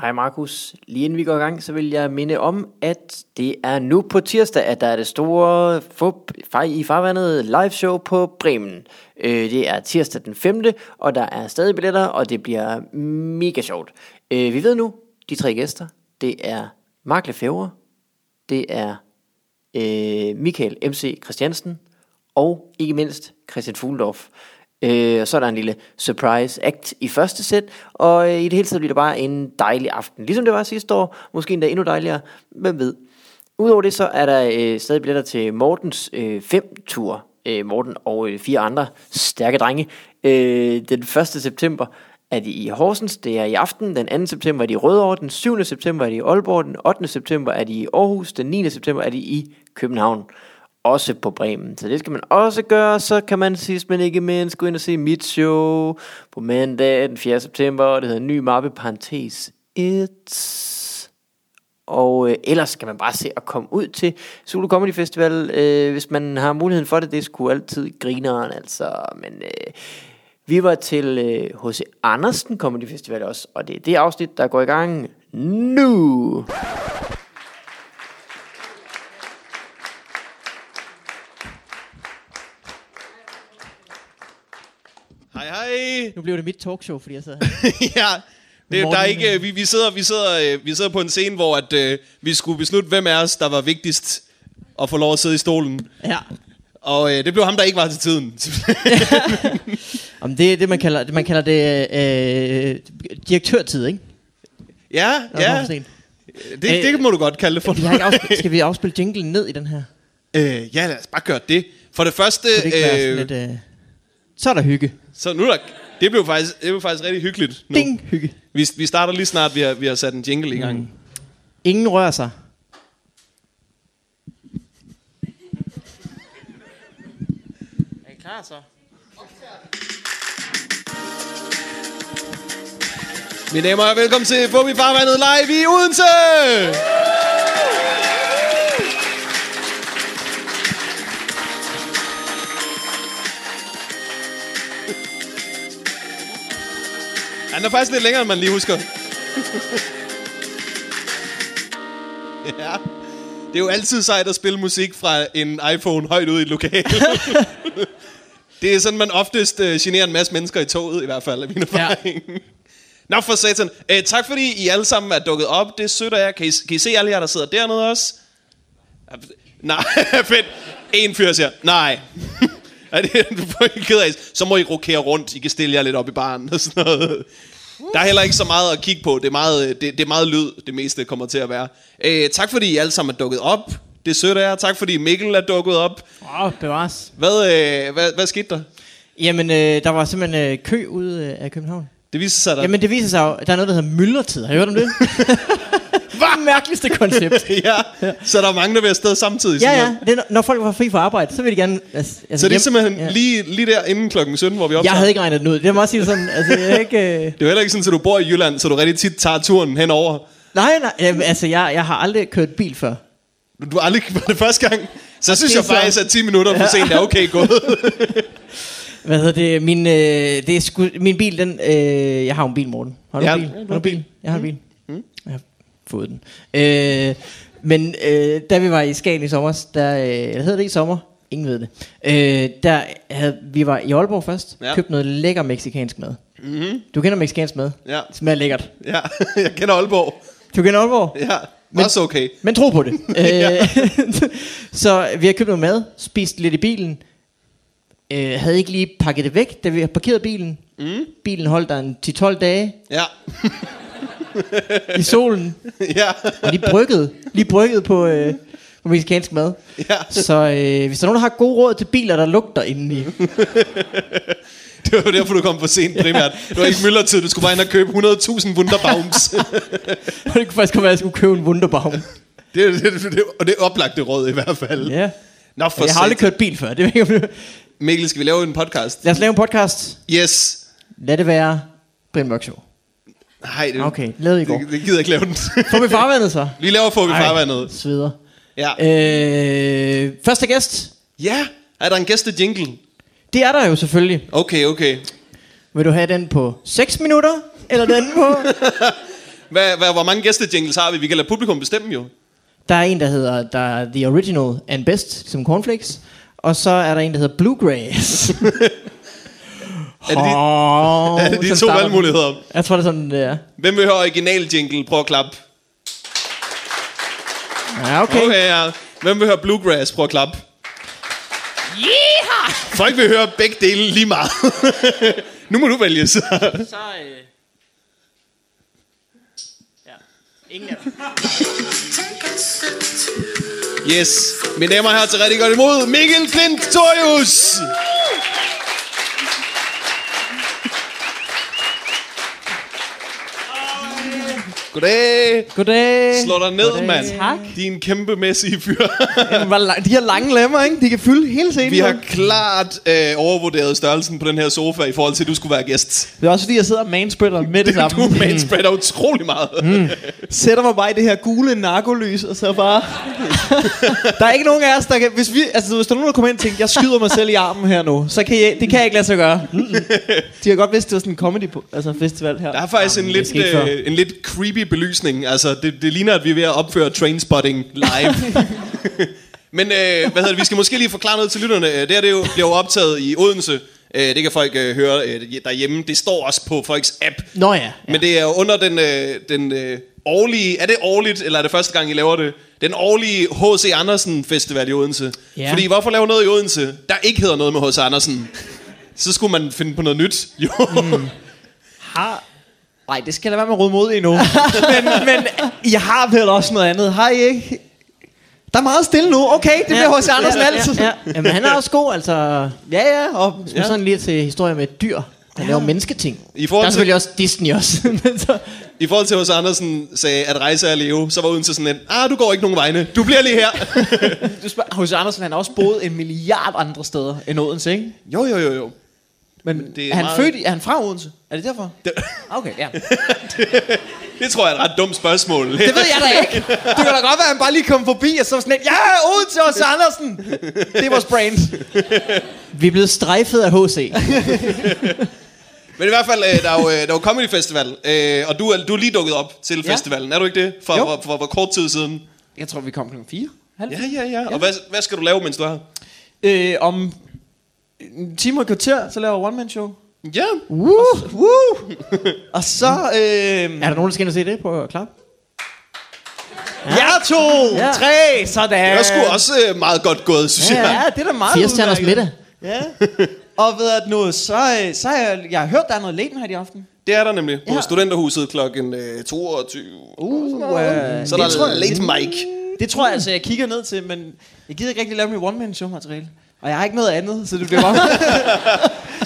Hej Markus. Lige inden vi går i gang, så vil jeg minde om, at det er nu på tirsdag, at der er det store fup, fej i farvandet live show på Bremen. Øh, det er tirsdag den 5. og der er stadig billetter, og det bliver mega sjovt. Øh, vi ved nu, de tre gæster, det er Mark Lefebvre, det er øh, Michael MC Christiansen, og ikke mindst Christian Fuglendorf. Øh, og så er der en lille surprise act i første sæt, og øh, i det hele taget bliver det bare en dejlig aften. Ligesom det var sidste år, måske endda endnu dejligere, hvem ved. Udover det, så er der øh, stadig billetter til Mortens øh, fem tur. Øh, Morten og øh, fire andre stærke drenge. Øh, den 1. september er de i Horsens, det er i aften. Den 2. september er de i Rødovre, den 7. september er de i Aalborg, den 8. september er de i Aarhus, den 9. september er de i København også på Bremen. Så det skal man også gøre, så kan man sidst men ikke mindst gå ind og se mit show på mandag den 4. september, og det hedder Ny Mappe Parentes 1. Og øh, ellers skal man bare se at komme ud til Zulu Comedy Festival, øh, hvis man har muligheden for det. Det skulle altid grineren, altså. Men øh, vi var til øh, H.C. Andersen Comedy Festival også, og det er det afsnit, der går i gang nu. Hej, hej. Nu blev det mit talkshow, fordi jeg sad her. ja, det, der er Godmorgen. ikke, øh, vi, vi, sidder, vi, sidder, øh, vi sidder på en scene, hvor at, øh, vi skulle beslutte, hvem af os, der var vigtigst at få lov at sidde i stolen. Ja. Og øh, det blev ham, der ikke var til tiden. Om det er det, man kalder det, man kalder det øh, direktørtid, ikke? ja, Når man ja. kommer sent. Det, det må du godt kalde det for. Øh, Vi har ikke afspil- skal vi afspille jinglen ned i den her? øh, ja, lad os bare gøre det. For det første, Kunne det ikke være sådan øh, lidt, øh, så er der hygge. så nu er der, det blev faktisk, det blev faktisk rigtig hyggeligt. Nu. Ding, hygge. Vi, vi starter lige snart, vi har, vi har sat en jingle i gang. Mm. Ingen rører sig. Er I klar så? Mine damer og herrer, velkommen til Fubi Farvandet Live i Odense! Han er faktisk lidt længere, end man lige husker. ja. Det er jo altid sejt at spille musik fra en iPhone højt ud i et lokale. det er sådan, man oftest øh, generer en masse mennesker i toget, i hvert fald, af min erfaring. Ja. Nå for satan. Øh, tak fordi I alle sammen er dukket op. Det er sødt af jer. Kan I, kan I se alle jer, der sidder dernede også? Ja, Nej, fedt. En fyr siger, nej. Er det du får ikke ked af? Så må I rokere rundt. I kan stille jer lidt op i baren og sådan noget. Der er heller ikke så meget at kigge på. Det er meget, øh, det, det er meget lyd, det meste kommer til at være. Øh, tak fordi I alle sammen er dukket op. Det er sødt af jer. Tak fordi Mikkel er dukket op. Åh, oh, bevares. Hvad, øh, hvad, hvad skete der? Jamen, øh, der var simpelthen øh, kø ude øh, af København. Det viser sig, at der... Jamen, det viser sig jo, at der er noget, der hedder myldretid. Har I hørt om det? Hvad? mærkeligste koncept. ja, så der er mange, der vil afsted samtidig. Ja, sådan noget. ja. Det er, når- når folk var fri fra arbejde, så ville de gerne... Altså, altså Så det er hjem. simpelthen ja. ja. lige, lige der inden klokken 17, hvor vi optager. Jeg havde ikke regnet den ud. Det må jeg sige sådan. Altså, jeg er ikke... Øh... Det er jo heller ikke sådan, at du bor i Jylland, så du rigtig tit tager turen henover. Nej, nej. Jamen, altså, jeg, jeg har aldrig kørt bil før. Du- Du har aldrig var det første gang. Så synes det er jeg faktisk, så- at 10 minutter for sent er okay gået. Hvad hedder det? Min, øh, det er sku... Min bil, den... Øh... Jeg har jo en bil, Morten. Har du Ja, Mm. en bil? du har Har en du en bil? Jeg har en bil. Jeg har fået den. Øh... Men øh, da vi var i Skagen i sommer, der... Øh... Eller hedder det i sommer? Ingen ved det. Øh, der havde, vi var i Aalborg først, Ja. ja. købte noget lækker meksikansk mad. Mm-hmm. Du kender meksikansk mad? Ja. Det smager lækkert. Mhm. ja, jeg kender Aalborg. Du kender Aalborg? Ja, men, også okay. Men tro på det. Ja. Øh, så vi har købt noget mad, spist lidt i bilen, øh, havde ikke lige pakket det væk, da vi parkerede bilen. Mm. Bilen holdt der en 10-12 dage Ja, i solen, ja, og lige bryggede, lige bryggede på, øh, på mexikansk mad. ja. Så øh, hvis der er nogen, der har gode råd til biler, der lugter indeni, Mm. Det var derfor, du kom for sent primært. Det var ikke myldretid. Du skulle bare ind og købe 100.000 wunderbaums. og det kunne faktisk godt være, at jeg skulle købe en Wunderbaum. det, er- det, det, det, og det er oplagte råd i hvert fald. Ja. Nå, for Jeg har aldrig satan. kørt bil før. Det ved jeg ikke, om du- Mikkel, skal vi lave en podcast? Lad os lave en podcast. Yes. Lad det være Brian Mørk Show. Nej, det, Okay, lavede i går. det, det gider jeg ikke lave den. Får vi farvandet så? vi laver få i Ej, farvandet. Sveder. Ja. Øh, første gæst, Ja, er der en gæste jingle? det er der jo selvfølgelig. Okay, okay. Vil du have den på 6 minutter, eller den på... Hvad, hvad, hvor mange gæstejingles har vi? Vi kan lade publikum bestemme jo. Der er en, der hedder der er The Original and Best, som cornflakes. Og så er der en, der hedder Bluegrass. er de- er det de to valgmuligheder? Jeg tror, det er sådan, det er. Hvem vil høre original jingle? Prøv at klappe. Ja, okay. okay. Okay, ja. Hvem vil høre bluegrass? Prøv at klappe. Yeah! Folk vil høre begge dele lige meget. nu må du vælge så. Så, øh... ja. Ingen af dem. Yes. Mine damer og herrer, til rigtig godt imod Mikkel Klintorius. Goddag. Goddag. Slå dig ned, mand. Tak. Din kæmpemæssige fyr. Jamen, hvor lang- De her lange lemmer, ikke? De kan fylde hele scenen. Vi har mand. klart øh, overvurderet størrelsen på den her sofa i forhold til, at du skulle være gæst. Det er også fordi, jeg sidder og manspreader med det samme. Mm. Du manspreader utrolig meget. sætter mig bare i det her gule narkolys, og så bare... der er ikke nogen af os, der kan... Hvis, vi, altså, hvis der er nogen, der kommer ind og tænker, jeg skyder mig selv i armen her nu, så kan jeg, det kan jeg ikke lade sig gøre. De har godt vidst, det var sådan en comedy på, altså festival her. Der er faktisk en Jamen, det lidt, skal ikke øh, en lidt creepy belysning. Altså, det, det ligner, at vi er ved at opføre Trainspotting live. Men øh, hvad hedder det? vi skal måske lige forklare noget til lytterne. Øh, Det her det er jo, bliver jo optaget i Odense. Øh, det kan folk øh, høre øh, derhjemme. Det står også på folks app. Nå ja. Ja. Men det er jo under den, øh, den øh, årlige... Er det årligt, eller er det første gang, I laver det? Den årlige H.C. Andersen Festival i Odense. Ja. Ja. Fordi hvorfor lave noget i Odense, der ikke hedder noget med H.C. Andersen? Så skulle man finde på noget nyt. Jo. Mm. Ah. har... Nej, det skal da være med at råde mod endnu. men, men I har vel også noget andet, har I ikke? Der er meget stille nu. Okay, det bliver H.C. Andersen ja, altid. Ja, ja. Jamen, han er også god, altså. Ja, ja. Og, Ja. Sådan lige til historier med dyr, der ja. laver mennesketing. I Der er forhold til, selvfølgelig også Disney også. men så, I forhold til H.C. Andersen sagde, at rejse er at leve, så var Odense sådan en, ah, du går ikke nogen vegne. Du bliver lige her. du spørger, H.C. Andersen han har også boet en milliard andre steder end Odense, ikke? jo, jo, jo, jo. Men det er er, han meget- født i, er han fra Odense? Er det derfor? Det... Okay, ja. Det tror jeg er et ret dumt spørgsmål. Det ved jeg da ikke. Det kan da godt være, at han bare lige kom forbi, og så var sådan lidt, ja, Odense og Andersen. Det er vores brand. vi er blevet strejfet af HC. Men i hvert fald, øh, der er jo, øh, der er jo Comedy Festival, øh, og du er, du er lige dukket op til ja. Ja. festivalen, er du ikke det? For, Jo. for, for, for kort tid siden. Jeg tror, vi kom klokken 4. Ja, ja, ja. Og hvad, hvad skal du lave, mens du er her? Øh, om en time og et kvarter, så laver jeg one-man-show. Ja. Woo! Woo! og så... Øh, er der nogen, der skal ind og se det på klap? jer to! Ja. Tre! Sådan! Det er sgu også øh, meget godt gået, synes ja. Ja, jeg. det er da meget Firestjerners udmærket. middag. Ja. Og ved at nu, så, øh, så har jeg, jeg har hørt, der er noget late her i aften. Det er der nemlig på ja. Ja. studenterhuset klokken øh, 22. Uh, øh, Så er der tror late mic. Det tror jeg altså, jeg kigger ned til, men jeg gider ikke rigtig lave mit one-man-show-materiale. Og jeg har ikke noget andet, så det bliver bare...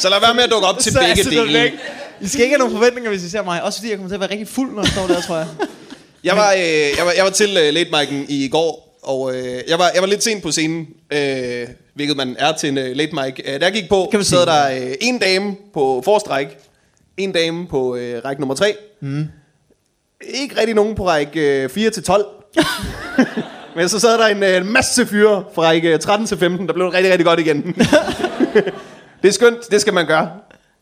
Så lad være med at dukke op til Så begge altså, der bliver dele. ikke- I skal ikke have nogen forventninger, hvis I ser mig. Også fordi jeg kommer til at være rigtig fuld, når jeg står der, tror jeg. Jeg var, øh, jeg var, jeg var til øh, late mic'en i går, og øh, jeg, var, jeg var lidt sent på scenen, øh, hvilket man er til en øh, late mic. Øh, da jeg gik på, Kan man sad sige. der øh, en dame på forreste række, en dame på øh, række nummer 3, mm. ikke rigtig nogen på række øh, 4 til 12, men så sad der en øh, masse fyre fra række 13 til 15, der blev det rigtig, rigtig godt igen. det er skønt, det skal man gøre.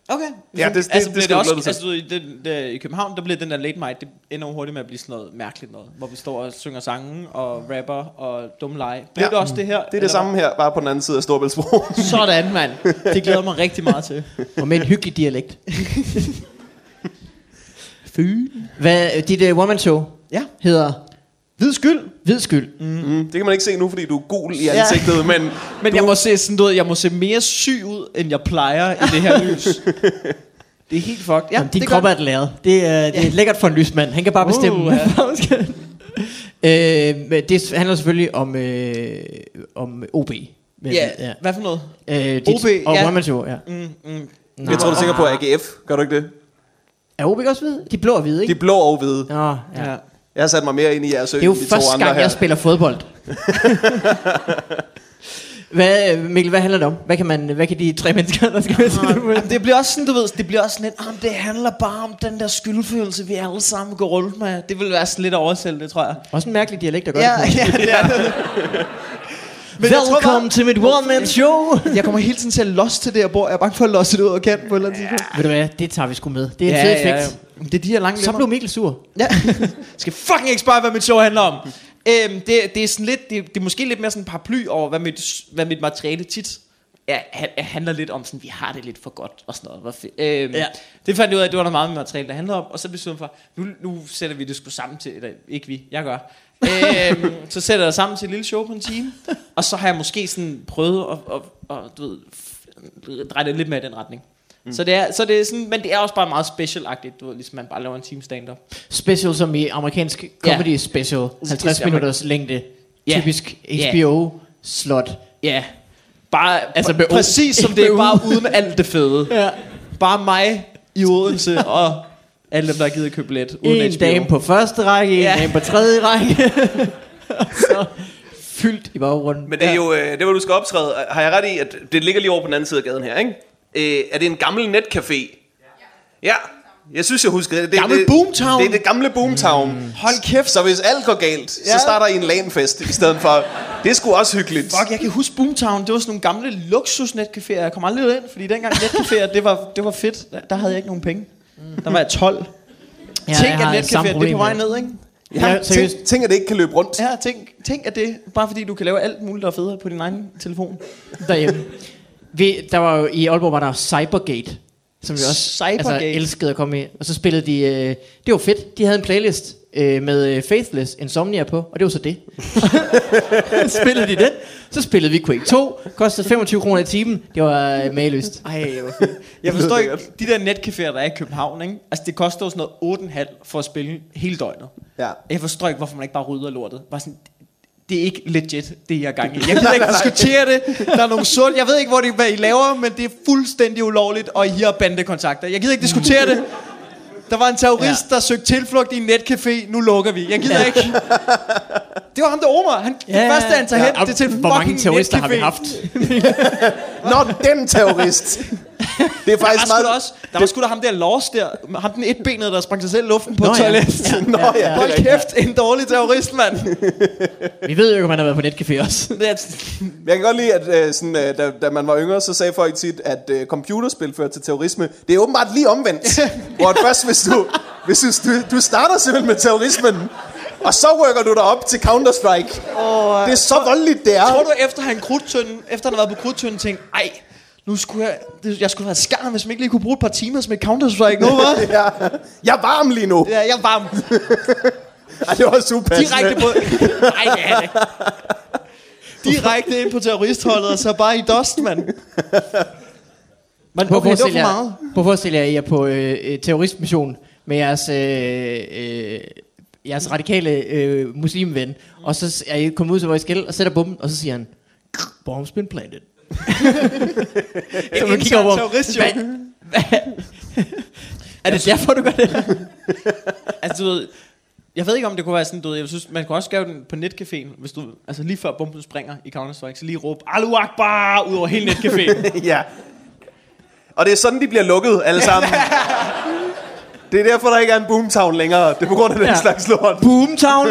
Okay. Ja, det- det- det altså, bliver skal det du også, glæde dig til. altså, du, ved, i, den, der, I København, der bliver den der late night, det ender jo hurtigt med at blive sådan noget mærkeligt noget. Hvor vi står og synger sange og rapper og dumme lege. Bliver Ja. ja. det også det her? Det er det samme her, bare på den anden side af Storbæltsbro. Sådan, mand. Det glæder jeg mig rigtig meget til. Og med en hyggelig dialekt. Fy. Hvad, øh, dit uh, one-man-show Ja. hedder Hvid skyld. Hvid Skyld. mm, det kan man ikke se nu, fordi du er gul i ansigtet, men Men jeg må se sådan noget, jeg må se mere syg ud, end jeg plejer i det her lys. Det er helt fucked. Ja, Jamen, din det krop gør er et lærred. Det, er, det er lækkert for en lysmand. Han kan bare bestemme. Uh, ja. hvad han skal. øh, men det handler selvfølgelig om, øh, om OB. den. Men, Ja, hvad for noget? Øh, dit, OB, og ja. One Man Show, ja. Mm, mm. Nå. Jeg tror, du tænker på AGF. Gør du ikke det? Er OB også hvid? De er blå og hvide, De ikke? er blå og hvide. Nå, ja. Ja. Jeg har sat mig mere ind i jeres ø, Det er jo end de to første andre gang, her. jeg spiller fodbold. hvad, øh, Mikkel, hvad handler det om? Hvad kan, man, hvad kan de tre mennesker, der skal med til det? Jamen, det bliver også sådan, du ved, det bliver også sådan lidt, ah, det handler bare om den der skyldfølelse, vi alle sammen går rundt med. Det vil være sådan lidt oversættende, det tror jeg. Også en mærkelig dialekt, der gør Ja, det. på. ja, det er det. Men jeg, tror Velkommen bare, til mit one-man show. jeg kommer hele tiden til at losse til det her bord. Jeg er bange for at losse det ud af kanten på et eller andet tidspunkt. Ved du hvad, det tager vi sgu med. Det er et Ja, fedt ja, effekt. Det er de her lange Så lemmer. blev Mikkel sur. Ja. skal fucking ikke spørge, hvad mit show handler om. Øhm, det, det, er sådan lidt, det, det er måske lidt mere sådan en paraply over, hvad mit, hvad mit materiale tit ja, han, han handler lidt om sådan, vi har det lidt for godt og sådan noget. Hvor fedt. Øhm, Ja. ja. Det fandt jeg ud af, at det var noget meget med materiale, der handlede om. Og så besluttede jeg for, nu, nu sætter vi det sgu sammen til, eller ikke vi, jeg gør. øhm, så sætter jeg det sammen til et lille show på en time. Og så har jeg måske sådan prøvet at, at, at, at du ved, f- dreje det lidt mere i den retning. Mm. Så, det er, så det er sådan, men det er også bare meget special-agtigt, du ved, ligesom man bare laver en time stand-up. Special som i amerikansk comedy ja. special. 50 minutters længde. Ja. Typisk Ja. HBO-slot. Ja. Bare, altså Altså med med O. præcis som det Med er, O. bare uden alt det fede. Ja. Bare mig i Odense og alle dem, der har givet at købe billet. Uden En HBO. dame på første række, en Ja. dame på tredje række. så fyldt i baggrunden. Men det er jo, øh, det var du skal optræde. Har jeg ret i, at det ligger lige over på den anden side af gaden her, ikke? Øh, er det en gammel netcafé? Ja. Jeg synes, jeg husker det. det Gammel det, Boomtown. Det er det gamle Boomtown. Mm. Hold kæft. Så hvis alt går galt, ja. Ja. så starter I en lanfest i stedet for. Det er sgu også hyggeligt. Fuck, jeg kan huske Boomtown, det var sådan nogle gamle luksusnetcaféer. Jeg kom aldrig ind, fordi dengang netcaféer, det var, det var fedt. Der- Der havde jeg ikke nogen penge. Der var jeg 12. Ja, tænk, jeg har at det samme netcaféer, det er problem, på vej ja. ned, ikke? Ja, Ja, seriøst. tænk, tænk, at det ikke kan løbe rundt. Ja, tænk, tænk at det, bare fordi du kan lave alt muligt, der er federe på din egen telefon. derhjemme. Vi, der var jo, I Aalborg var der Cybergate, som vi også altså, Cybergate. elskede at komme i. Og så spillede de, øh, det var fedt, de havde en playlist øh, med øh, Faithless Insomnia på, og det var så det. spillede de den, så spillede vi Quake 2, kostede 25 kroner i timen, det var øh, mageløst. Ej, hvor fedt. Jeg forstår ikke, de der netcaféer, der er i København, ikke? Altså, det koster jo sådan noget 8,5 for at spille hele døgnet. Ja. Jeg forstår ikke, hvorfor man ikke bare rydder lortet. Bare sådan, det er ikke legit, det I har gang i. Jeg kan ikke diskutere det. Der er nogle sort. Jeg ved ikke, hvor det, hvad I laver, men det er fuldstændig ulovligt, og I har bandekontakter. Jeg gider ikke diskutere det. Der var en terrorist, ja. der søgte tilflugt i en netcafé. Nu lukker vi. Jeg gider ja. ikke. Det var ham, der Omar. Han, ja, det første, han tager hen, det er til en Hvor mange fucking terrorister har vi netcafé. haft? Nå, den terrorist. Det er Der var, faktisk sgu meget... da også, der var sgu da ham der Lars der, ham den etbenede, der sprang sig selv i luften på Nå Nå, ja. toilettet. Ja. Ja. Nå, ja. det er Hold rigtigt. kæft, en dårlig terrorist, mand. Vi ved jo ikke, om han har været på netcafé også. Det er- Jeg kan godt lide, at øh, sådan, øh, da, da man var yngre, så sagde folk tit, at øh, computerspil fører til terrorisme. Det er åbenbart lige omvendt. Hvor at først, hvis du, hvis du, du starter simpelthen med terrorismen, og så rykker du dig op til Counter-Strike. Oh, det er så voldeligt, det Tror er. du, efter han, krudtønden, efter han har været på krudtønden, tænkte, ej, nu skulle jeg, det, jeg skulle da være skarn, hvis man ikke lige kunne bruge et par timer som et Counter-Strike nu, hva'? Ja. Jeg er varm lige nu. Ja, jeg er varm. Ej, det var super. Direkte på... Nej, det er det ikke. Direkte ind på terroristholdet, og så bare i dust, mand. Men okay, det var for meget. Hvorfor stiller jeg jer på øh, øh, terroristmission med jeres, øh, øh, jeres radikale øh, muslimven? Og så er I kommet ud til vores skæld og sætter bomben, og så siger han, bomb's been planted. så man kigger over, terrorist, jo. hvad, hvad, er det derfor, du gør det? Altså, du ved, jeg ved ikke, om det kunne være sådan, du ved, jeg synes, man kunne også gøre den på netcaféen, hvis du, altså lige før bomben springer i Counter-Strike, så lige råbe, Alu Akbar, ud over hele netcaféen. Ja. Og det er sådan, de bliver lukket alle sammen. Det er derfor, der ikke er en boomtown længere. Det er på grund af den Ja. ja. slags lort. Boomtown?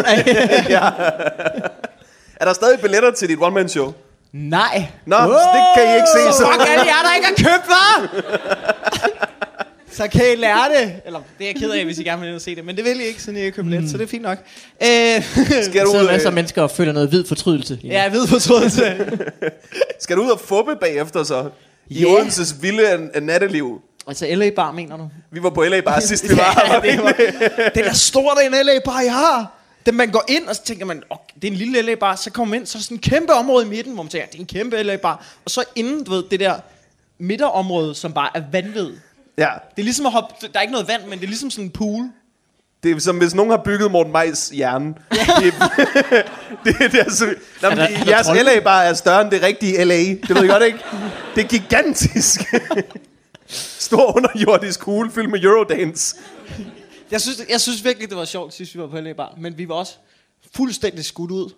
Er der stadig billetter til dit one-man-show? Nej. Nå, oh! det kan I ikke se. Så. Fuck alle jer, der ikke har købt, hva'? så kan I lære det. Eller, det er jeg ked af, hvis I gerne vil ind og se det, men det vil I ikke, siden I ikke har købt mm. så det er fint nok. Øh, Skal Der du, sidder øh, masser af mennesker og føler noget hvid fortrydelse. lige nu. ja, jeg ved fortrydelse. Skal du ud og fuppe bagefter så? I Ja. yeah. Odenses vilde an- an- natteliv. altså, LA Bar, mener du? Vi var på LA bare sidst, vi var Ja, her. det var, den er stor, den LA bar, jeg har. Den man går ind, og så tænker man, okay, det er en lille LA bar, så kommer man ind, så er der sådan en kæmpe område i midten, hvor man tænker, det er en kæmpe LA bar. Og så inden, du ved, det der midterområde, som bare er vanvittigt. Ja, Det er ligesom at hoppe, der er ikke noget vand, men det er ligesom sådan en pool. det er som hvis nogen har bygget Morten Majs hjerne. Det, det, det er så... Nå, men der- er det, der jeres trolde? LA bare er større end det rigtige LA. Det ved I godt, ikke? Det er gigantisk. Stor underjordisk kugle fyldt med Eurodance. Jeg synes, jeg synes virkelig, det var sjovt, sidst vi var på LA bar, men vi var også fuldstændig skudt ud.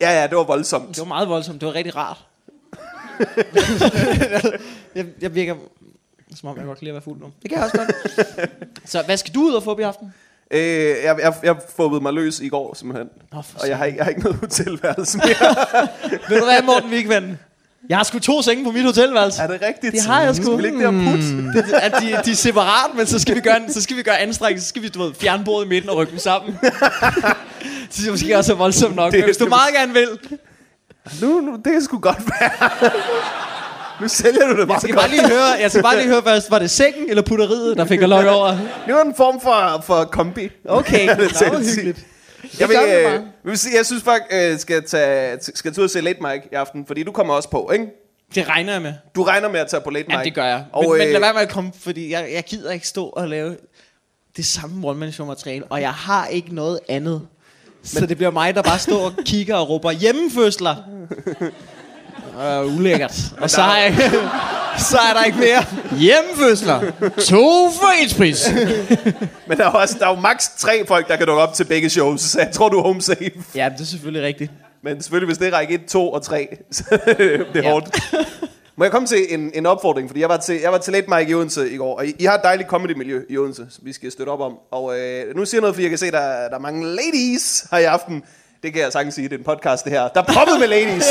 Ja, ja, det var voldsomt. Det var meget voldsomt, det var rigtig rart. jeg, jeg virker, som om jeg godt kan lide at være fuld nu. Det kan jeg også godt. så hvad skal du ud og få i aften? Øh, jeg, jeg, jeg fubbede mig løs i går, simpelthen. Nå, for Og jeg har, ikke- jeg har ikke noget tilværelse mere. Vil du være Morten Wigman? Jeg har sgu to senge på mit hotelværelse. Er det rigtigt? Det har jeg sgu. Skal vi ligge der og putte? at de, de er separat, men så skal vi gøre, en- så skal vi gøre anstrengelse, så skal vi du ved, fjerne bordet i midten og rykke dem sammen. det synes jeg måske også er voldsomt nok, det, Det- men hvis du det- meget gerne vil. Nu, nu, det kan sgu godt være. nu sælger du det Jeg meget skal godt. bare lige høre, jeg skal bare lige høre først, var det sengen eller putteriet, der fik at lokke over? Det var en form for, for kombi. Okay, Det er det til var at sige. hyggeligt. Jeg vil, gør vi øh, bare. jeg vil sige, jeg synes faktisk, øh, skal, tage, skal tage ud og se Late Mike i aften, fordi du kommer også på, ikke? Det regner jeg med. Du regner med at tage på Late Mike. Ja, det gør jeg. Og, Men, men øh, lad være med at komme, fordi jeg, jeg gider ikke stå og lave det samme one-man-show materiale, og jeg har ikke noget andet. Så det bliver mig, der bare står og kigger og råber hjemmefødsler. Uh, ulækkert. Og så, der- har jeg, så er der ikke mere. Hjemmefødsler. To fredspris. Men der er, også, der er jo maks tre folk, der kan dukke op til begge shows, så jeg tror, du er home safe. Ja, det er selvfølgelig rigtigt. Men selvfølgelig, hvis det er række 1, 2 og 3, så det er ja. hårdt. Må jeg komme til en, en opfordring? Fordi jeg var til, jeg var til Late Mike i Odense i går, og I, I har et dejligt comedy-miljø i Odense, som vi skal støtte op om. Og øh, nu siger jeg noget, fordi jeg kan se, der, der er mange ladies her i aften. Det kan jeg sagtens sige, det er en podcast det her. Der er proppet med ladies!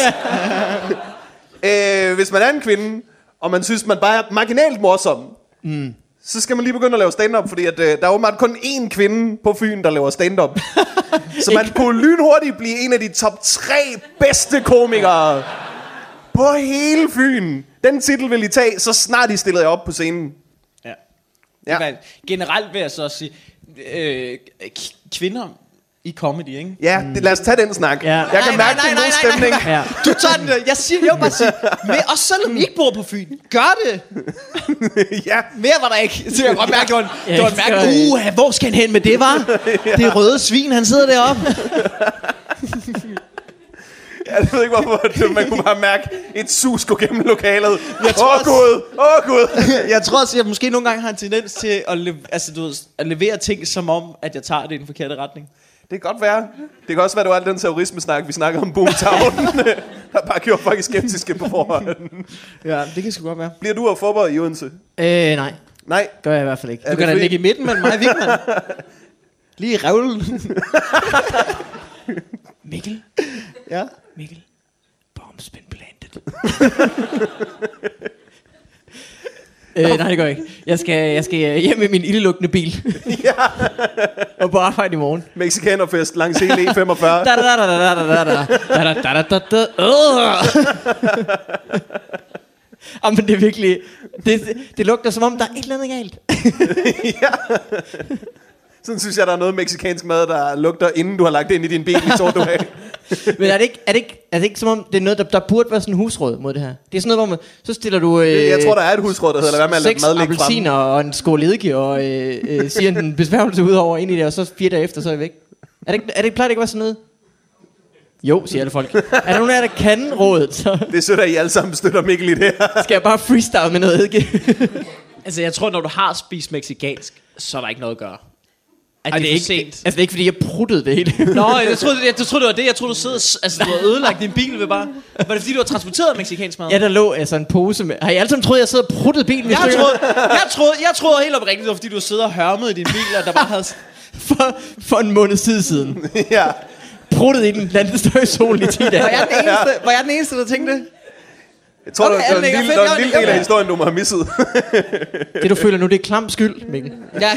øh, hvis man er en kvinde, og man synes, man bare er marginalt morsom, mm. så skal man lige begynde at lave stand-up, fordi at, øh, der er åbenbart kun én kvinde på Fyn, der laver stand-up. så man kunne lynhurtigt blive en af de top tre bedste komikere på hele Fyn. Den titel vil I tage, så snart I stillede jer op på scenen. Ja. Ja, Men generelt vil jeg så også sige, øh, k- kvinder i comedy, ikke? ja det, lad os tage den snak. Ja. Ja. Jeg kan Mm. Nej, mærke, nej, det er nej, en god nej, stemning. Ja. Du tager den der. Jeg siger, jeg vil bare sige, men også selvom I ikke bor på Fyn, gør det. ja, Mere var der ikke. Så jeg kunne godt mærke, det var en, det var en Ja, mærke. skal- Uh, hvor skal han hen med det, var? Det røde svin, han sidder deroppe. jeg ved ikke, hvorfor det- man kunne bare mærke et sus gå gennem lokalet. Åh, tror oh, også- Gud! Åh, oh, Gud! jeg tror også, jeg måske nogle gange har en tendens til at, le- altså, du ved, at levere ting, som om, at jeg tager det i den forkerte retning. Det kan godt være. Det kan også være, at det var al den terrorisme-snak, vi snakkede om Boomtown, der bare gjorde folk skeptiske på forhånd. Ja, det kan sgu godt være. Bliver du af fodbold i Odense? øh, nej, Nej. gør jeg i hvert fald ikke. Er Du det kan da fordi- ligge i midten mellem mig og Vigman. Lige i revlen. Mikkel, ja. Mikkel, bombs been planted. øh, nej, det gør jeg ikke. Jeg skal, jeg skal øh, hjem i min ildelugtende bil. og på arbejde i morgen. Mexikanerfest langs hele E E45. Da, da, da, da, da, da, da, da. Da, da, da, da, da, da. Øh. Jamen, det er virkelig... Det, det, det lugter, som om der er et eller andet galt. Sådan synes jeg, der er noget meksikansk mad, der lugter, inden du har lagt det ind i din bil i to dage. Men er det ikke, er det ikke, er det ikke som om, det er noget, der, der burde være sådan en husråd mod det her? Det er sådan noget, hvor man... Så stiller du... Øh, Jeg tror, der er et husråd, der hedder, lad være med at lade seks mad ligge fremme. appelsiner og en skål eddike og øh, øh, siger en besværgelse ud over ind i det, og så fire dage efter, så er jeg væk. Er det, ikke- er det, plejer det ikke at være sådan noget? Jo, siger alle folk. er der nogen af jer, der kan rådet, så Det er sødt, at I alle sammen støtter Mikkel i det her. skal jeg bare freestyle med noget eddike. Altså, jeg tror, når du har spist mexicansk, så er der ikke noget at gøre. At Ej, det, er ikke ikke, sent. Altså, det er ikke, fordi jeg pruttede det hele. Nå, jeg troede, jeg, jeg troede, det var det. Jeg troede, du sidder, og s- altså, du har ødelagt din bil ved bare... Var det fordi, du har transporteret mexicansk mad? ja, der lå altså en pose med... Har I alle sammen troet, jeg sidder og pruttede bilen? hvis Jeg du- troede, Jeg troede, jeg troede helt oprigtigt. det var fordi, du sidder og hørmede i din bil, og der bare havde... For, for en måneds tid siden. ja. Pruttede i den, landede stå i solen i 10 Var dage. jeg den eneste, var jeg den eneste der tænkte det? Jeg tror, Okay, okay, der, der, er alt en ligger lille, fedt, der er jeg- en lille del af jeg- historien, du må have misset. Det, du føler nu, det er klam skyld, Mikkel. Ja,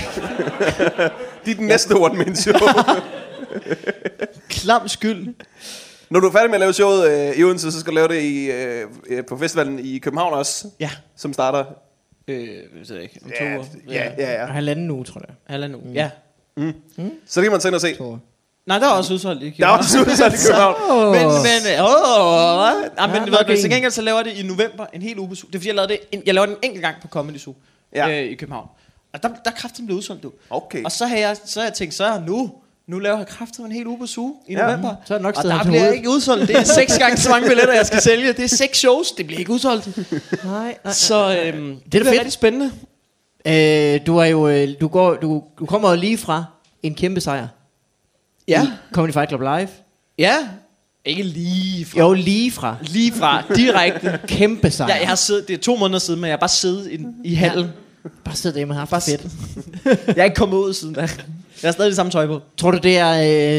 Dit næste one-man-show. klam skyld. Når du er færdig med at lave showet øh, i Odense, så skal du lave det i, øh, øh, på festivalen i København også, Ja. som starter. Øh, det ved jeg ikke. Om to Ja, uger. ja, ja, ja. Halvanden uge, tror jeg. Halvanden uge. Ja. Så det kan man tænke og se. Nej, der er også udsolgt. Der er også udsat i København. Men, men, øh, åh, øh, nej, men nok ved du, en. til gengæld så laver jeg det i november, en hel uge på Zoo. Det er fordi, jeg lavede det, en, jeg lavede den en enkelt gang på Comedy Zoo Ja. ja. øh, i København. Og der, der er kraften blevet udsolgt, du. Okay. Og så har jeg, så har jeg tænkt, så er jeg nu, nu laver jeg kraften en hel uge på Zoo i Ja. november. Mm. Så er det nok og sidder han der til bliver hovedet. ikke udsolgt. Det er seks gange så mange billetter, jeg skal sælge. Det er seks shows, det bliver ikke udsolgt. Nej, nej. Så øhm, det, fedt. bliver rigtig spændende. Øh, du er jo, øh, du, går, du, du kommer jo lige fra en kæmpe sejr. Ja. I Comedy Fight Club Live. Ja. Ikke lige fra. Jo, lige fra. Lige fra, direkte. Kæmpe sejr. Ja, jeg har siddet, det er to måneder siden, men jeg har bare siddet i, i hallen. Bare sidder derhjemme og har haft fedt. Jeg er ikke kommet ud siden da. Jeg har stadig det samme tøj på. Tror du, det er,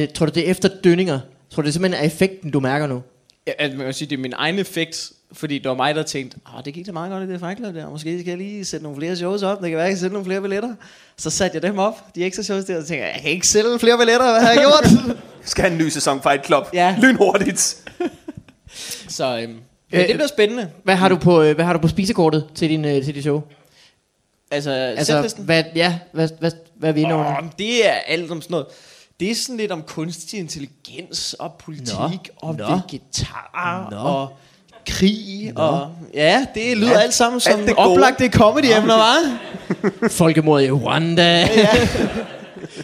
øh, tror du, det er efter dønninger? Tror du, det simpelthen er effekten, du mærker nu? Ja, altså, man kan sige, det er min egen effekt, fordi det var mig, der tænkte, Åh, det gik så meget godt i det Fight Club der, måske skal jeg lige sætte nogle flere shows op, det kan være, jeg kan sælge nogle flere billetter. Så satte jeg dem op, de ekstra shows der, og så tænkte jeg, jeg kan ikke sælge flere billetter, hvad har jeg gjort? Skal have en ny sæson Fight Club. Ja. Lynhurtigt. så øhm, Øh, men det bliver spændende. Hvad har du på, øh, hvad har du på spisekortet til din, øh, til dit show? Altså, Altså, altså hvad, ja, hvad, hvad, hvad er vi inde over? Åh, men det er alt om sådan noget. Det er sådan lidt om kunstig intelligens og politik Nå. og Nå. vegetarer Nå. og krig og... Ja, det lyder alt sammen som alt det gode. oplagte comedy-emner, hva'? Folkemordet i Rwanda.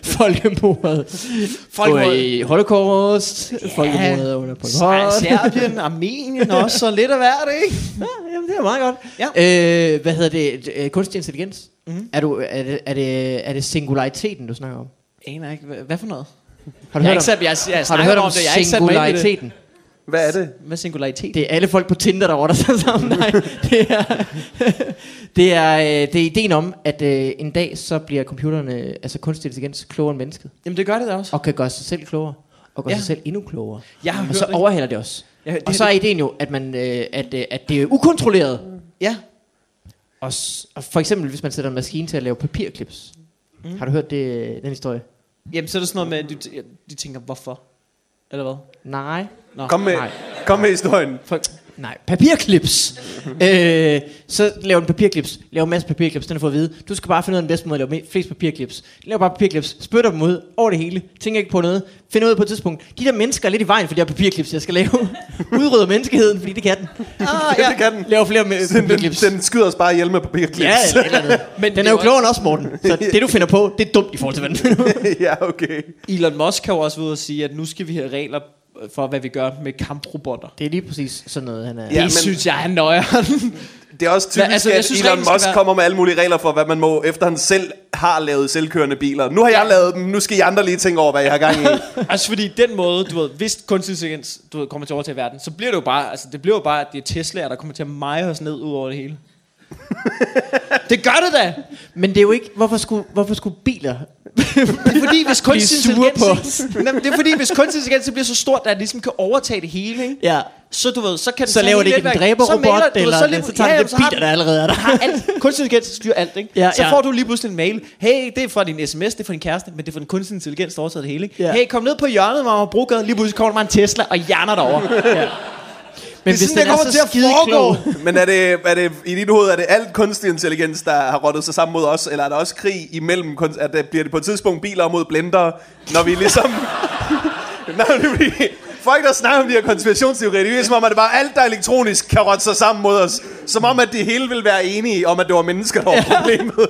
Folkemordet. Folkemordet. Folkemordet. i Holocaust. Folkemordet under Pol Sej, Pot. Serbien, Armenien også, og lidt af hvert, ikke? Ja, jamen, det er meget godt. Ja. Øh, hvad hedder det? Øh, Kunstig intelligens? Mm-hmm. Er, du, er, det, er, det, er det singulariteten, du snakker om? Jeg aner ikke, hvad, hvad for noget? Har du Jeg har hørt ikke om, sat, jeg, jeg har du snakker hørt om det, jeg har ikke sat mig ind i det. singulariteten? Hvad er det? Hvad singularitet? Det er alle folk på Tinder, der ordner sig sammen. Nej, det er, det, er, øh, det er ideen om, at øh, en dag så bliver computerne, altså kunstig intelligens, klogere end mennesket. Jamen det gør det da også. Og kan gøre sig selv klogere. Og gøre ja. Ja. sig selv endnu klogere. Jeg har og hørt så det. overhælder det os. Jeg har- det og har så er det- ideen jo, at, man, øh, at, øh, at det er ukontrolleret. Ja. Og, s- og for eksempel, hvis man sætter en maskine til at lave papirklips. Mm. Har du hørt det, øh, den historie? Jamen så er det sådan noget med, at de, de tænker, hvorfor? Eller hvad? Nej. Kom med, Nej. kom med historien. Folk, Nej, papirklips. øh, så laver den papirklips. Laver en masse papirklips. Den får at vide. Du skal bare finde ud af den bedste måde at lave me- flest papirklips. Laver bare papirklips. Spytter dem ud over det hele. Tænker ikke på noget. Finder ud på et tidspunkt. De der mennesker er lidt i vejen for de her papirklips, jeg skal lave. Udrydder menneskeheden, fordi det kan den. Ah, Ja, det kan den. Laver flere med Den, den, papirklips. den skyder os bare ihjel med papirklips. Ja, eller, et eller andet. Men den er jo klogere end os, Morten. Så det, du finder på, det er dumt i forhold til, hvad den finder på. ja, okay. Elon Musk kan jo også ud og sige, at nu skal vi have regler for, hvad vi gør med kamprobotter. Det er lige præcis sådan noget, han er. Ja, Ja, det men- synes jeg er nøjeren. Det er også typisk, altså, altså, jeg at synes, synes, Elon reglen skal Musk være- kommer med alle mulige regler for, hvad man må, efter han selv har lavet selvkørende biler. Nu har jeg lavet dem, nu skal I andre lige tænke over, hvad jeg har gang i. altså fordi den måde, du ved, hvis kunstig intelligens du ved, kommer til at overtage verden, så bliver det jo bare, altså det bliver jo bare, at det er Tesla'er, der kommer til at meje os ned ud over det hele. det gør det da! Men det er jo ikke, hvorfor skulle, hvorfor skulle biler Det er fordi, hvis kunstig Blive sure på intelligens... ikke- Jamen, det er fordi, hvis kunstig intelligens så bliver så stort, at det ligesom kan overtage det hele, ikke? ja. Så du ved, så kan den så laver det hele ikke en netværk- så dræberrobot, mailer- eller du ved, eller så, lige- så tager ja, ja, jamen, den så den har bil, der allerede er der. har alt. Kunstig intelligens styrer alt, ikke? Ja, Ja, så ja. ja. får du lige pludselig en mail. Hey, det er fra din sms, det er fra din kæreste, men det er fra den kunstig intelligens, der overtager det hele, ikke? Ja. Ja. Hey, kom ned på hjørnet, mamma, brugade. Lige pludselig kommer der bare en Tesla og hjerner derover. Men sådan, det kommer til at foregå. Men er det, er det, i dit hoved, er det alt kunstig intelligens, der har rottet sig sammen mod os, eller er der også krig imellem, kunst, at det, bliver det på et tidspunkt biler mod blender, når vi ligesom... når vi, bliver- folk, der snakker om de her konspirationsteorier, det er som om, at det bare alt, der er elektronisk, kan rotte sig sammen mod os. Som om, at det hele vil være enige om, at det var mennesker, der var problemet.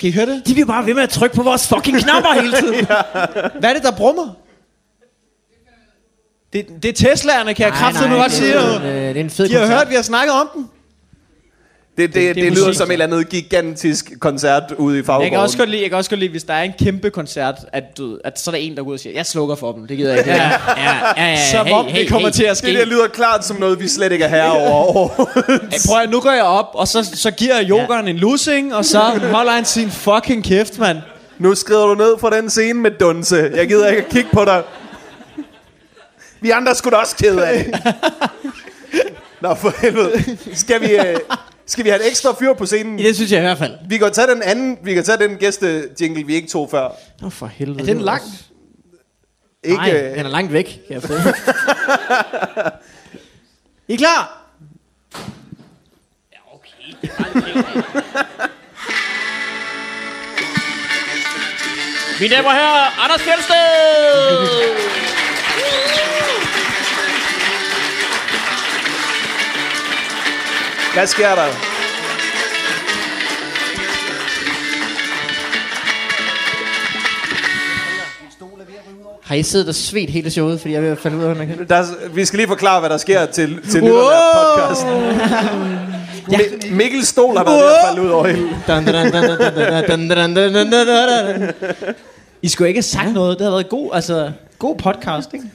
Kan I høre det? De bliver bare ved med at trykke på vores fucking knapper hele tiden. Hvad er det, der brummer? Det, det er Tesla'erne, kan jeg kraftedeme godt sige. det, er jo. en, øh, det er en fed I har koncert. hørt, vi har snakket om den. Det, det, det, det, lyder musik. som et eller andet gigantisk koncert ude i faggården. Jeg kan, også godt lide, jeg kan også godt lide, hvis der er en kæmpe koncert, at, du, at så er der en, der går ud og siger, jeg slukker for dem, det gider jeg ikke. ja, ja, ja, ja, Som om hey, det kommer hey, til at ske. Det der lyder klart som noget, vi slet ikke er herre over. Hey, prøv at, nu går jeg op, og så, så giver jeg yogeren en lussing, og så holder han sin fucking kæft, mand. Nu skrider du ned fra den scene med dunse. Jeg gider ikke at kigge på dig. Vi andre skulle da også kede af det. Nå, for helvede. Skal vi, øh, skal vi have et ekstra fyr på scenen? Det synes jeg i hvert fald. Vi kan tage den anden, vi kan tage den gæstejingle, vi ikke tog før. Åh, oh, for helvede. Den lang. Ikke, Nej, øh, den er langt væk. Kan jeg fortælle. I er klar? Mine damer og herrer, Anders Fjeldsted! Hvad sker der? Har I siddet og svedt hele showet, fordi jeg er ved at falde ud af hånden? der er- vi skal lige forklare, hvad der sker til, til wow! lytterne af podcasten. Mi- Mikkel Stol har været ved at falde ud over hele. Dun, dun, dun, dun, dun, dun, dun, dun, dun, dun, dun, dun. I skulle ikke have sagt noget, det har været god, altså, god podcast, ikke?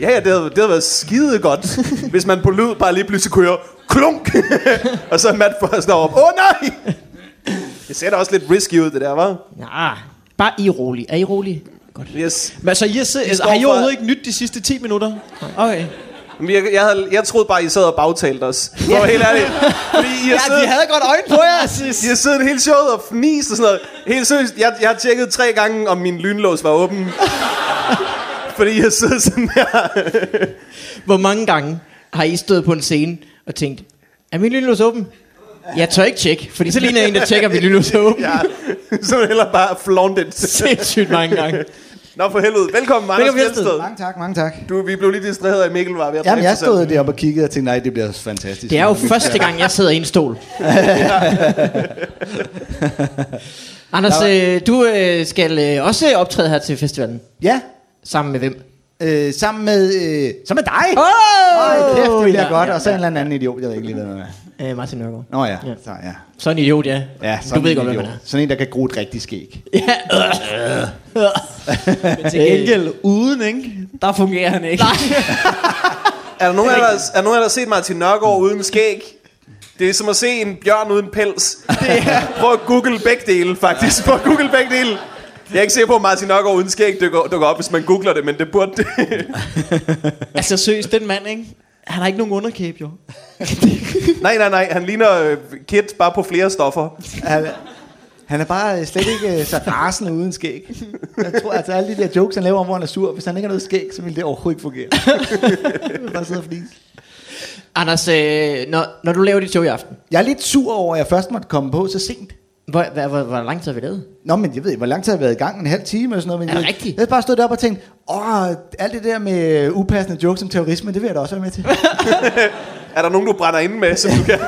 Ja, ja, det havde, det havde været skide godt, hvis man på lyd bare lige pludselig kunne høre klunk, og så er Matt først op. Åh oh, nej! Det ser da også lidt risky ud, det der, var. Ja, bare I er rolig. Er I rolig? Godt. Yes. Men så I har, siddet, altså, har I overhovedet ikke nyt de sidste 10 minutter? Okay. Men jeg, jeg, havde, jeg troede bare, I sad og bagtalte os. Det var helt ærligt. Fordi I har siddet, havde godt øjne på jer, sis. I har siddet hele showet og fnist og sådan noget. Helt seriøst, jeg, jeg har tjekket tre gange, om min lynlås var åben. Fordi jeg sidder sådan her. Hvor mange gange har I stået på en scene og tænkt, er min lynlås åben? Jeg tør ikke tjekke, fordi så ligner jeg en, der tjekker, om min lynlås er åben. Ja, så er det heller bare flaunted. Sindssygt mange gange. Nå for helvede, velkommen Anders Velkommen, Fjeldsted. Mange tak, mange tak. Du, vi blev lige distraheret af Mikkel, var ved at Jamen, dræbe jeg sig selv. stod deroppe og kiggede og tænkte, nej, det bliver fantastisk. Det er jo første gang, jeg sidder i en stol. Anders, øh, du øh, skal øh, også optræde her til festivalen. Ja, Sammen med hvem? øh, sammen med, øh, sammen med dig. Åh, Ej, kæft, det bliver ja, godt. ja, og så en ja. eller anden idiot, jeg ved ikke lige, hvad han er. Øh, Martin Nørgaard. Nå ja, Ja. så ja. Så en idiot, ja. ja du sådan ved en godt, hvem idiot. han er. Sådan en, der kan gro et rigtigt skæg. Men til gengæld uden, ikke? Der fungerer han ikke. Er der nogen af jer, der, er der nogen af jer, der har set Martin Nørgaard uden skæg? Det er som at se en bjørn uden pels. Det er... Prøv at google begge dele, faktisk. Prøv at google begge dele. Jeg er ikke sikker på, at Martin Nørgaard uden skæg dukker, dukker op, hvis man googler det, men det burde det. Altså seriøst, den mand, ikke? Han har ikke nogen underkæb, jo. Nej, nej, nej. Han ligner øh, Kit bare på flere stoffer. Han, han er bare øh, slet ikke øh, så rasende uden skæg. Jeg tror, altså alle de der jokes, han laver om, hvor han er sur, hvis han ikke har noget skæg, så ville det overhovedet ikke fungere. Jeg vil bare sidde og flise. Anders, øh, når, når du laver dit show i aften, Jeg er lidt sur over, at jeg først måtte komme på så sent. hvor, hvor, hvor, hvor lang tid har vi lavet? Nå, men jeg ved ikke, hvor lang tid har jeg været i gang? En halv time eller sådan noget. Men Er det jeg, rigtigt? Jeg havde bare stået deroppe og tænkt, åh, alt det der med øh, upassende jokes om terrorisme, det vil jeg da også være med til. Er der nogen, du brænder ind med, som du kan?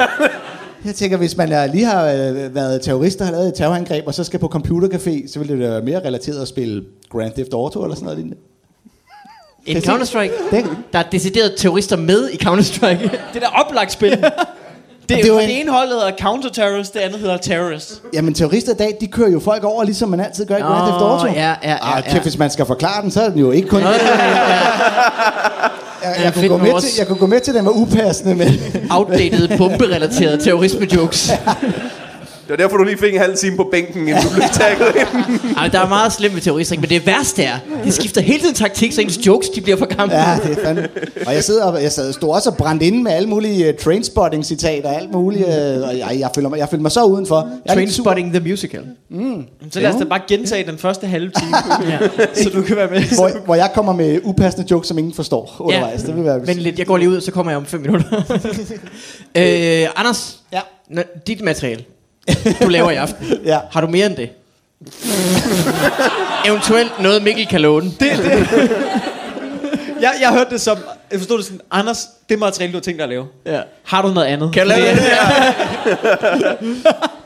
jeg tænker, hvis man øh, lige har øh, været terrorist og har lavet et terrorangreb, og så skal på computercafé, så ville det være mere relateret at spille Grand Theft Auto eller sådan noget lignende. En Præcis. Counter-Strike? Den, Der er decideret terrorister med i Counter-Strike. Det der oplagt spil. Det, Det det, er jo det en- ene hold hedder Counter-Terrorist, det andet hedder Terrorist. jamen terrorister i dag, de kører jo folk over, ligesom man altid gør i Grand Nå, Theft Auto. ja, ja, ja, Ah, ja. kæft, hvis man skal forklare den, så er den jo ikke kun... jeg, jeg, kunne fedt gå med med vores- til, jeg kunne gå med til, at den var upassende, men... Outdated, bomberelaterede terrorisme-jokes. Det var derfor, du lige fik en halv time på bænken, inden du blev tagget ind. Ej, men der er meget slemt ved terrorister, ikke? men det værste er, de skifter hele tiden taktik, så ens jokes de bliver for gamle. Ja, det er fandme. Og jeg, sidder og, jeg sad, stod også og brændte inde med alle mulige uh, trainspotting-citater og alt muligt. Uh, og jeg, jeg, føler mig, jeg føler mig så udenfor. Jeg er lidt sur. Trainspotting the musical. Så lad os da bare gentage den første halve time, så du kan være med. Hvor, hvor jeg kommer med upassende jokes, som ingen forstår undervejs. Det vil være... Men lidt, jeg går lige ud, så kommer jeg om 5 minutter. øh, Anders, Ja. n- dit materiale, du laver i aften, Ja. har du mere end det? Eventuelt noget Mikkel kan låne. Det, Jeg, jeg hørte det som, jeg forstod det sådan, Anders, det materiale, du har tænkt dig at lave. ja. Har du noget andet? Kan du lave det?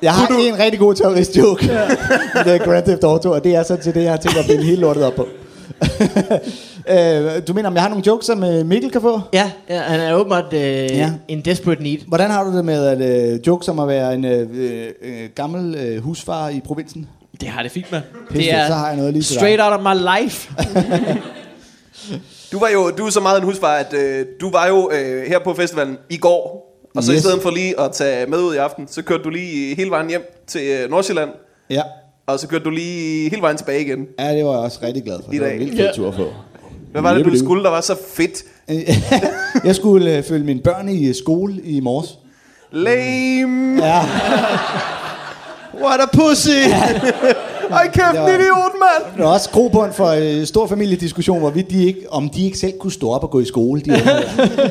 Jeg har du... en rigtig god terrorist-joke. Ja. det er Grand Theft Auto, og det er sådan til det, jeg har tænkt mig at blive helt lortet op på. øh, du mener, om jeg har nogle jokes, som øh, Mikkel kan få? Ja, ja, han er åbenbart øh, ja. Ja. en desperate need. Hvordan har du det med at øh, jokes om at være en øh, øh, øh, gammel øh, husfar i provinsen? Det har det fint med. Pisse, så har jeg noget lige til dig. straight out of my life. Du var jo du er så meget en husfar, at øh, du var jo øh, her på festivalen i går. Og så yes. i Yes. stedet for lige at tage med ud i aften, så kørte du lige hele vejen hjem til øh, Nordsjælland. Ja. Og så kørte du lige hele vejen tilbage igen. ja, det var jeg også rigtig glad for. I Det var dag. en vild fed tur på. Hvad var det, Jeppe, du det er skulle, der var så fedt? jeg skulle øh, følge mine børn i øh, skole i morges. Lame! Ja. What a pussy! Ej, kæft, en Ja. idiot, mand! Der er også grobund for øh, stor familiediskussion, hvorvidt de ikke, om de ikke selv kunne stå op og gå i skole. De her.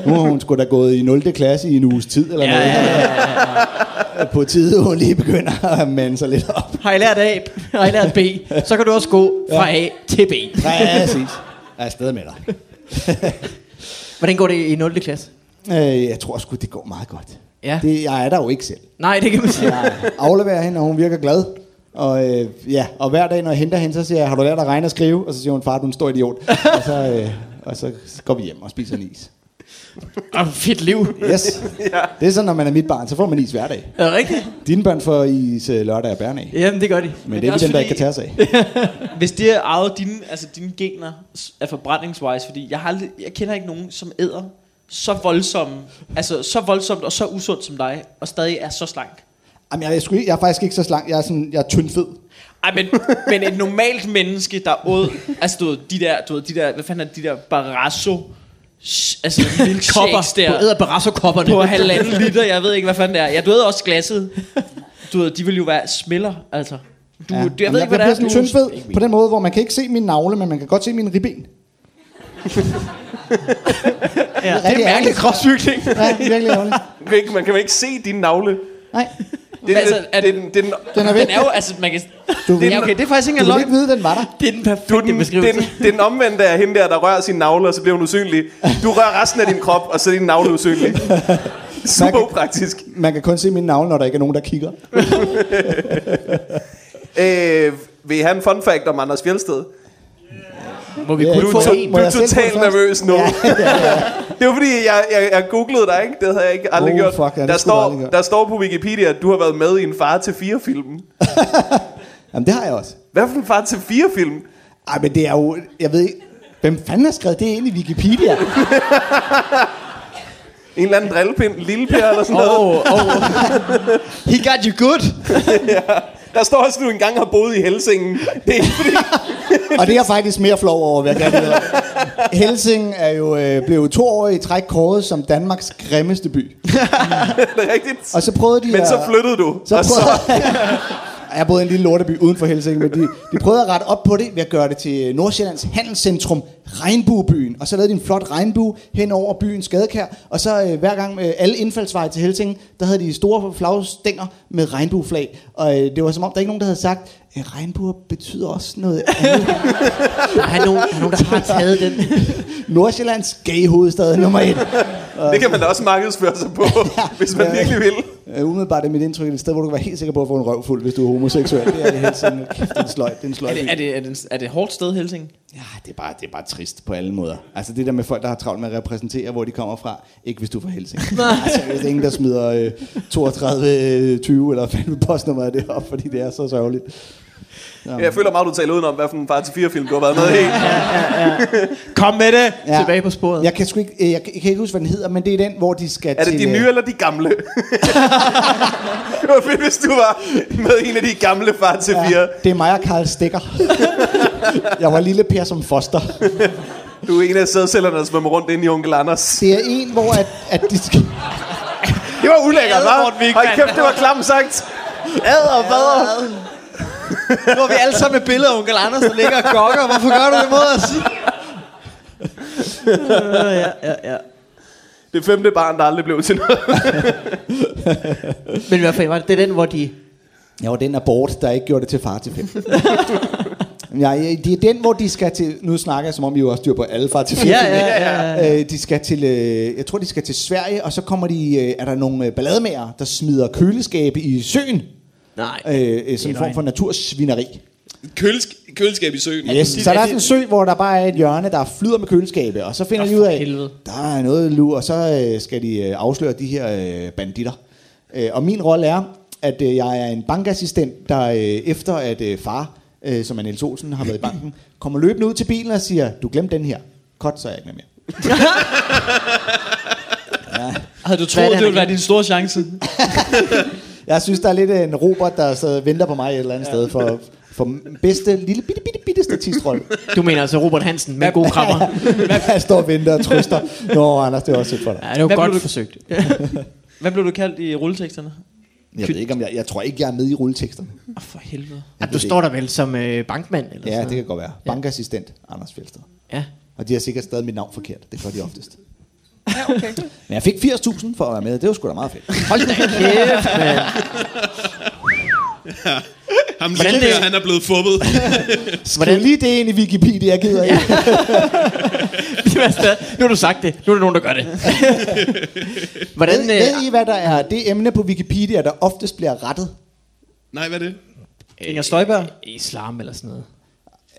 nu har hun sgu da gået i 0. klasse i en uges tid eller noget. Ja, ja, ja. På tide, hun lige begynder at mande sig lidt op. Har I lært A, har I lært B, så kan du også gå fra A til B. Præcis. Jeg er stadig med dig. Hvordan går det i 0. klasse? Øh, jeg tror sgu, det går meget godt. Ja. Det, jeg er der jo ikke selv. Nej, det kan man sige. Jeg afleverer hende, og hun virker glad. Og, øh, ja, og hver dag, når jeg henter hende, så siger jeg, har du lært at regne og skrive? Og så siger hun, far, du er en stor idiot. og, så, øh, og så går vi hjem og spiser en is. Åh, fedt liv. Yes. ja. Det er sådan, når man er mit barn, så får man is hver dag. Er det rigtigt? Dine børn får is øh, lørdag og bærne af. Men, Jamen, det gør de. det Men det er er ikke også dem, der ikke fordi- kan tage sig af. Hvis det er arvet dine, altså dine gener s- er forbrændingswise, fordi jeg, har aldrig, jeg kender ikke nogen, som æder så voldsomt, altså så voldsomt og så usundt som dig, og stadig er så slank. Jamen, jeg, er sgu, ikke- jeg er faktisk ikke så slank. Jeg er, sådan, jeg er tyndfed. Ej, men, men et normalt menneske, der åd, altså du ved, de der, du ved, de der, hvad fanden er det, de der barasso sh- altså milkshakes Kopper, på der æder Barrasso-kopperne. på halvanden liter, jeg ved ikke, hvad fanden det er. Jeg døde også glasset. Du ved, de ville jo være smiller, altså. Du, ja. jeg ved ikke, Jamen, hvad det bliver er. sådan du- tyndfed på den måde, hvor man kan ikke se min navle, men man kan godt se min ribben. ja, det er mærkeligt. kropsbygning. Ja, virkelig ærgerligt. Man kan, ikke, man kan ikke se din navle. Nej, Det er, Altså, altså, er det, er den, det, er den, den er væk. Den er jo, altså, man kan... Du vil, Ja, okay, det er faktisk ikke du engang vil løgn. ikke vide, den var der. Det er den perfekte den, beskrivelse. den, den omvendte er hende der, der rører sin navle, og så bliver hun usynlig. Du rører resten af din krop, og så er din navle usynlig. Super upraktisk. Man kan kun se min navle, når der ikke er nogen, der kigger. Øh, vil I have en fun fact om Anders Fjeldsted? Må vi Ja, kun du få tager- en? Må Du er jeg selv få totalt den først? nervøs nu. det var fordi, jeg, jeg, jeg googlede dig, ikke? Det havde jeg ikke aldrig Oh, gjort. fuck, ja, det der, skulle du står, aldrig gøre. der står på Wikipedia, at du har været med i en far til fire film. Jamen, det har jeg også. Hvad for en far til fire film? Ej, men det er jo... Jeg ved ikke... Hvem fanden har skrevet det ind i Wikipedia? En eller anden drillepind, en lille Per eller sådan noget. Oh, He got you good. Der står også, at du engang har boet i Helsingen. Det er ikke fordi... Og det er jeg faktisk mere flov over, hvad jeg gerne vil. Helsing er jo øh, blev to år i træk kåret som Danmarks grimmeste by. det er rigtigt. Og så prøvede de Men at, så flyttede du. Så og så, prøvede, jeg boede i en lille lorteby uden for Helsing, men de, de prøvede at rette op på det ved at gøre det til Nordsjællands handelscentrum, Regnbuebyen. Og så lavede de en flot regnbue hen over byens gadekær. Og så øh, hver gang øh, alle indfaldsveje til Helsing, der havde de store flagstænger med regnbueflag. Og øh, det var som om, der ikke nogen, der havde sagt, øh, regnbuer betyder også noget andet. Der er nogen, der, er nogen, der har taget den. Nordsjællands gay hovedstad nummer et. det kan man da også markedsføre sig på, hvis man Ja. virkelig vil. Øh, umiddelbart er mit indtryk, at det er et sted, hvor du kan være helt sikker på at få en røvfuld, hvis du er homoseksuel. Det er det helt sådan, kæft, det er en sløj, det er en sløj Er by. det, er, det, er, det, en- er det et hårdt sted, Helsing? Ja, det er, bare, det er bare trist på alle måder. Altså det der med folk, der har travlt med at repræsentere, hvor de kommer fra. Ikke hvis du er fra Helsing. altså, det er ingen, der smider øh, 32, øh, 20 eller fandme postnummeret det op, fordi det er så sørgeligt. Jeg føler meget, du taler udenom, hvad for en far til fire film du har været med i. Kom med det. Ja. Tilbage på sporet. Jeg kan, sgu ikke, øh, jeg, kan, jeg kan ikke huske, hvad den hedder, men det er den, hvor de skal Er det til... de øh, nye eller de gamle? det var fedt, hvis du var med i en af de gamle far til fire. Ja, det er mig og Karl Stikker. jeg var lille Per som foster. Du er en af sædcellerne, der svømmer rundt ind i Onkel Anders. Det er en, hvor at, at de skal... Det var ulækkert, Morten hva'? Wigman. Hold kæft, det var klam sagt. Ad og fader. Nu har vi alle sammen et billede af onkel Anders, der ligger og gokker. Hvorfor gør du det mod os? Det femte barn, der aldrig blev til noget. Men i hvert fald var det, det er den, hvor de... Jeg var den abort, der ikke gjorde det til far til fem. Nej, det er den, hvor de skal til... Nu snakker jeg, som om I jo også styr på alle far til fem. Ja, ja, ja, Øh, de skal til, øh, jeg tror, de skal til Sverige, og så kommer de, øh, er der nogle øh, ballademager, der smider køleskabe i søen. Nej. Øh, øh, sådan en form for natursvineri. Kølesk- køleskab i søen. Yes. Så der er sådan en sø, hvor der bare er et hjørne, der flyder med køleskabe, og så finder de ud af, helvede. der er noget lur, og så øh, skal de øh, afsløre de her øh, banditter. Øh, og min rolle er, at øh, jeg er en bankassistent, der øh, efter at øh, far, øh, som er Niels Olsen, har været i banken, kommer løbende ud til bilen og siger, du glemte den her. Kort, så er jeg ikke med mere. Havde du Hvad er troet, det, det, han ville har være din store chance? Jeg synes, der er lidt øh, en Robert, der sidder og venter på mig et eller andet sted for, for den bedste, lille, bitte, bitte, bitte statistrolle. Du mener altså Robert Hansen med gode krammer. Jeg står og venter og trøster. Nå, Anders, det er også sødt for dig. Ja, det var Hvad godt blev du... du- forsøgt. Hvad blev du kaldt i rulleteksterne? Jeg ved ikke, om jeg, jeg tror ikke, jeg er med i rulleteksterne. Åh, for helvede. Ja, du står der vel som øh, bankmand? Eller Altså- Ja, sådan det kan godt være. Bankassistent Anders Fjeldsted. noget? Ja. Og de har sikkert stadig mit navn forkert. Det gør de oftest. Ja, okay. Men jeg fik 80.000 for at være med. Det var sgu da meget fedt. Hold da kæft, mand. Ham lille det- Per, han er blevet fubbet. Hvordan? Skriv lige det ind i Wikipedia, jeg gider ikke. Ja. Det var stadig- nu har du sagt det. Nu er der nogen, der gør det. Hvordan... Ved, Øh, ved I, hvad der er det emne på Wikipedia, der oftest bliver rettet? Nej, hvad er det? Inger Støjberg. øh, islam eller sådan noget.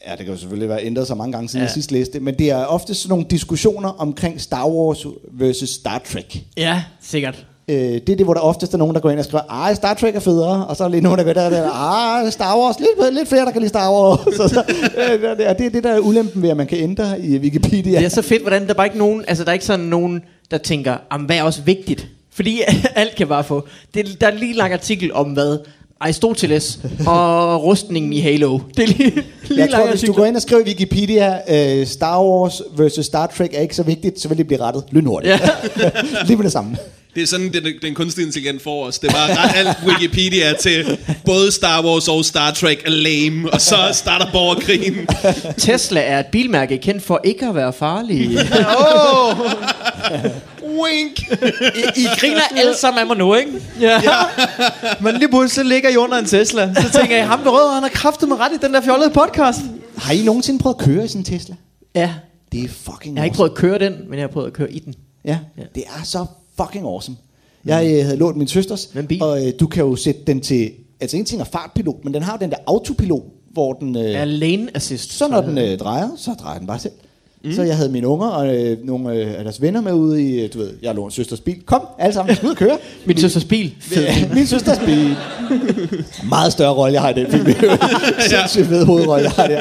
Ja, det kan jo selvfølgelig være ændret så mange gange siden Ja. ja. jeg sidst læste det, men det er ofte sådan nogle diskussioner omkring Star Wars versus Star Trek. Ja, sikkert. Øh, det er det, hvor der oftest er nogen, der går ind og skriver, ah, Star Trek er federe, og så er der lige nogen, der går der og der, ah, Star Wars, lidt, lidt flere, der kan lide Star Wars. så, så, øh, det, er- det er det, der er ulempen ved, at man kan ændre i Wikipedia. Det er så fedt, hvordan der bare ikke nogen, altså der er ikke sådan nogen, der tænker, "Am, hvad er også vigtigt? Fordi alt kan bare få. Det, der er lige en lang artikel om, hvad Aristoteles og rustningen i Halo. Det er lige, lige Jeg tror, lange hvis du artikler. går ind og skriver i Wikipedia, øh, Star Wars versus Star Trek er ikke så vigtigt, så vil det blive rettet lynhurtigt. Ja. Lige med det samme. Det er sådan, den, den kunstige intelligens får os. Det var ret alt Wikipedia til både Star Wars og Star Trek er lame, og så starter borgerkrigen. Tesla er et bilmærke kendt for ikke at være farlige. Wink! I, I griner alle sammen af mig nu, ikke? Men lige pludselig så ligger I under en Tesla. Så tænker jeg, ham med rød, han har kraftet mig ret i den der fjollede podcast. Har I nogensinde prøvet at køre i sådan en Tesla? ja. Det er fucking Jeg har ikke prøvet at køre den, men jeg har prøvet at køre i den. Ja, det er så fucking awesome. Jeg øh, havde lånt min søsters, Men bil? og øh, du kan jo sætte den til, altså en ting er fartpilot, men den har jo den der autopilot, hvor den, øh, Ja. Lane assist. så når den øh, drejer, så drejer den bare selv. Mm. Så jeg havde mine unger og øh, nogle øh, af deres venner med ude i, øh, du ved, jeg lå en søsters bil. Kom, alle sammen, vi skal ud og køre. Min søsters bil. Ja, min søsters bil. Meget større rolle, jeg har i den film. Sindssygt fed hovedrolle, jeg har der.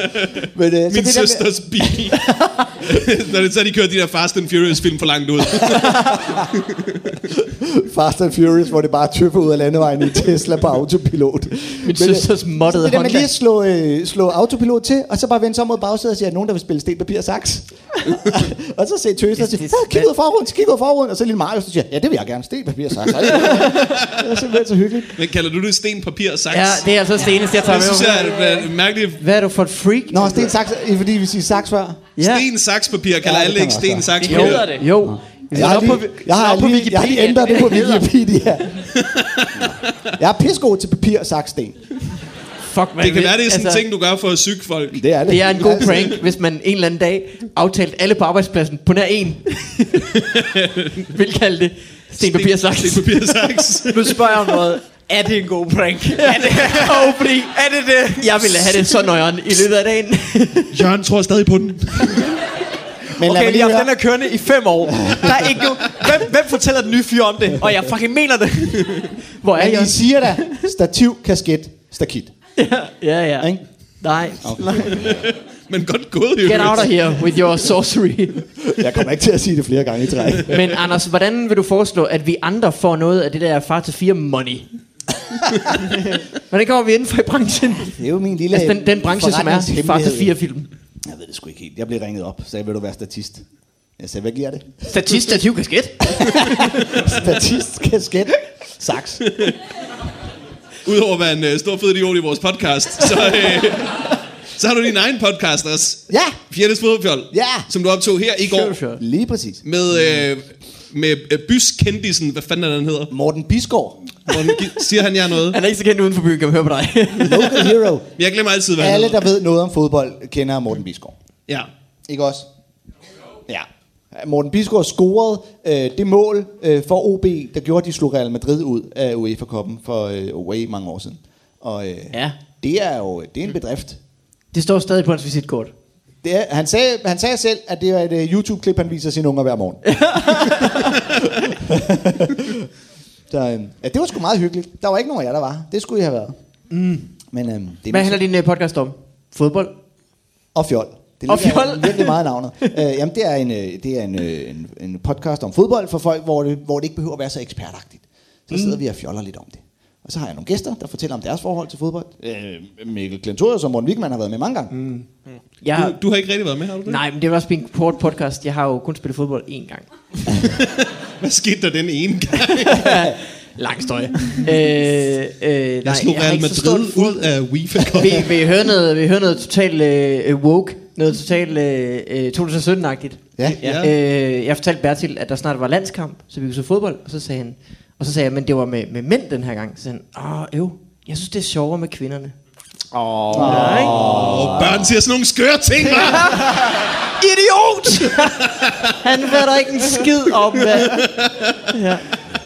Men, øh, så det der Min med- søsters bil. Når det, så har de kørt de der Fast and Furious film for langt ud. Fast and Furious, hvor det bare tøffer ud af landevejen i Tesla på autopilot. Men, søsters øh, moddede så Det der med Honda. lige at slå, øh, slå autopilot til, og så bare vende sig om mod bagsædet og sige, at nogen, der vil spille sten, papir og saks. og så se tøser og Det- sige, "Ah, det- kig ud af forruden, kig ud af forruden. Og så lille Mario så siger, ja, det vil jeg gerne, sten, papir og saks. det er simpelthen så hyggeligt. Men kalder du det sten, papir og saks? Ja, det er altså det eneste, jeg tager det synes med. jeg er et, et mærkeligt. Hvad er du for et freak? Nå, sten, saks, øh, fordi vi siger saks før. Ja. Sten, saks, papir. Kalder Ja, det alle kan ikke man sten, også saks, Det hedder papir? det. Jo. Jeg har, lige, jeg, har lige, jeg har lige ændret det på Wikipedia. Jeg er pissegod til papir og saks, sten. Fuck, man Det kan være, det er altså- sådan en ting, du gør for at syge folk. Det er det. Det er en god Altså- prank, hvis man en eller anden dag aftalte alle på arbejdspladsen på nær en. Vil kalde det sten, papir, saks. Sten, papir og saks. Nu spørger jeg om noget. Er det en god prank? Er det, Og fordi er det det? jeg ville have det så nøjeren i løbet af dagen. Jørgen tror stadig på den. Men lad mig Okay, lige jeg har haft høre. den her kørende i fem år. Der er ikke nogen... Hvem, hvem fortæller den nye fyr om det? Og jeg fucking mener det. Hvor er Men I jeg? siger da, stativ, kasket, stakit. Ja, ja. Ikke? Nej. Men godt gået, jo. Get out of here with your sorcery. Jeg kommer ikke til at sige det flere gange i træk. Men Anders, hvordan vil du foreslå, at vi andre får noget af det der far til fire money? Hvordan kommer vi inden for i branchen? Det er jo min lille Altså den, den branche, som er far til fire film. Jeg ved det sgu ikke helt. Jeg blev ringet op, sagde, vil du være statist? Jeg sagde, hvad giver det? Statist, stativ, kasket. Statist, kasket, saks. Udover at være en øh, stor fed idiot i vores podcast, så, øh, så har du din egen podcast også. Ja, Fjertes Fodboldfjold. Ja. Som du optog her i går. lige præcis. Med, øh, med øh, byskendisen. Hvad fanden er den hedder? Morten Bisgaard, Morten, gi- siger han jer noget? Han er ikke så kendt uden for byen, kan man høre på dig. local hero. Jeg glemmer altid, hvad han Alle, hedder. der ved noget om fodbold, kender Morten Bisgaard. Ja. Ikke også? Ja. Morten Bisgaard scorede øh, det mål øh, for OB, der gjorde, at de slog Real Madrid ud af UEFA-koppen for øh, away mange år siden. Og øh, Ja. det er jo det er en bedrift. Det står stadig på hans visitkort. Det er, han, sagde, han sagde selv, at det er et øh, YouTube-klip, han viser sine unger hver morgen. Så, øh, ja, det var sgu meget hyggeligt. Der var ikke nogen af jer, der var. Det skulle I have været. Mm. Men øh, det Hvad er handler din øh, podcast om? Fodbold? Og fjol. Det Og ligger fjol. virkelig meget i navnet. øh, jamen, det er, en, øh, det er en, øh, en, en podcast om fodbold for folk, hvor det, hvor det ikke behøver at være så ekspertagtigt. Så sidder vi og fjoller lidt om det. Og så har jeg nogle gæster, der fortæller om deres forhold til fodbold. Øh, Mikkel Klentorius og Morten Wigman har været med mange gange. Mm. Jeg Du, du har ikke rigtig været med, har du det? Nej, men det var også min kort podcast. Jeg har jo kun spillet fodbold én gang. Hvad skete der den ene gang? Lang støj. øh, øh, nej, Jeg slog har Real ikke så stort Madrid ud af uefa vi, vi hører noget, vi hører noget totalt øh, woke, noget totalt øh, 2017-agtigt. Ja. ja. Øh, jeg fortalte Bertil, at der snart var landskamp, så vi kunne se fodbold, og så sagde han, og så sagde jeg, men det var med, med mænd den her gang. Så sagde han, åh, øv, jeg synes, det er sjovere med kvinderne. Åh, oh, nej. Og børn siger sådan nogle skøre ting, hva'? Idiot! han ved der ikke en skid om, hvad.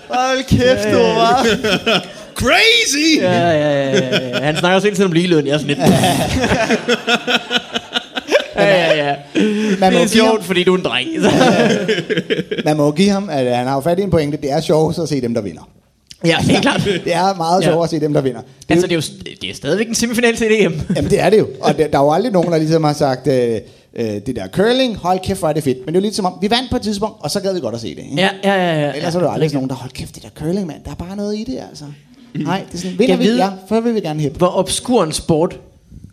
Hold kæft, du var. Crazy! Ja, ja, ja, ja. Han snakker også hele tiden om ligeløn. Jeg er sådan lidt... ja, ja, ja. Man, Det må er give ham, sjovt, fordi du er en dreng. man må jo give ham, at han har jo fat i en pointe. Det er sjovt at se dem, der vinder. ja, det er klart. Det er meget Ja. sjovt at se dem, der vinder. Det er Altså, det er jo st- det er stadigvæk en semifinal til et E EM. Jamen det er det jo. Og der, der er jo aldrig nogen, der ligesom har sagt, øh, øh, det der curling, hold kæft, hvor er det fedt. Men det er jo lidt som om, vi vandt på et tidspunkt, og så gad vi godt at se det. Ikke? Ja, ja, ja. ja. Ellers er der jo aldrig sådan nogen, der hold kæft, det der curling, mand. Der er bare noget i det, altså. Nej, det er sådan, vinder Jeg vi, ved- ja, for vil vi gerne hæppe. Hvor obskur en sport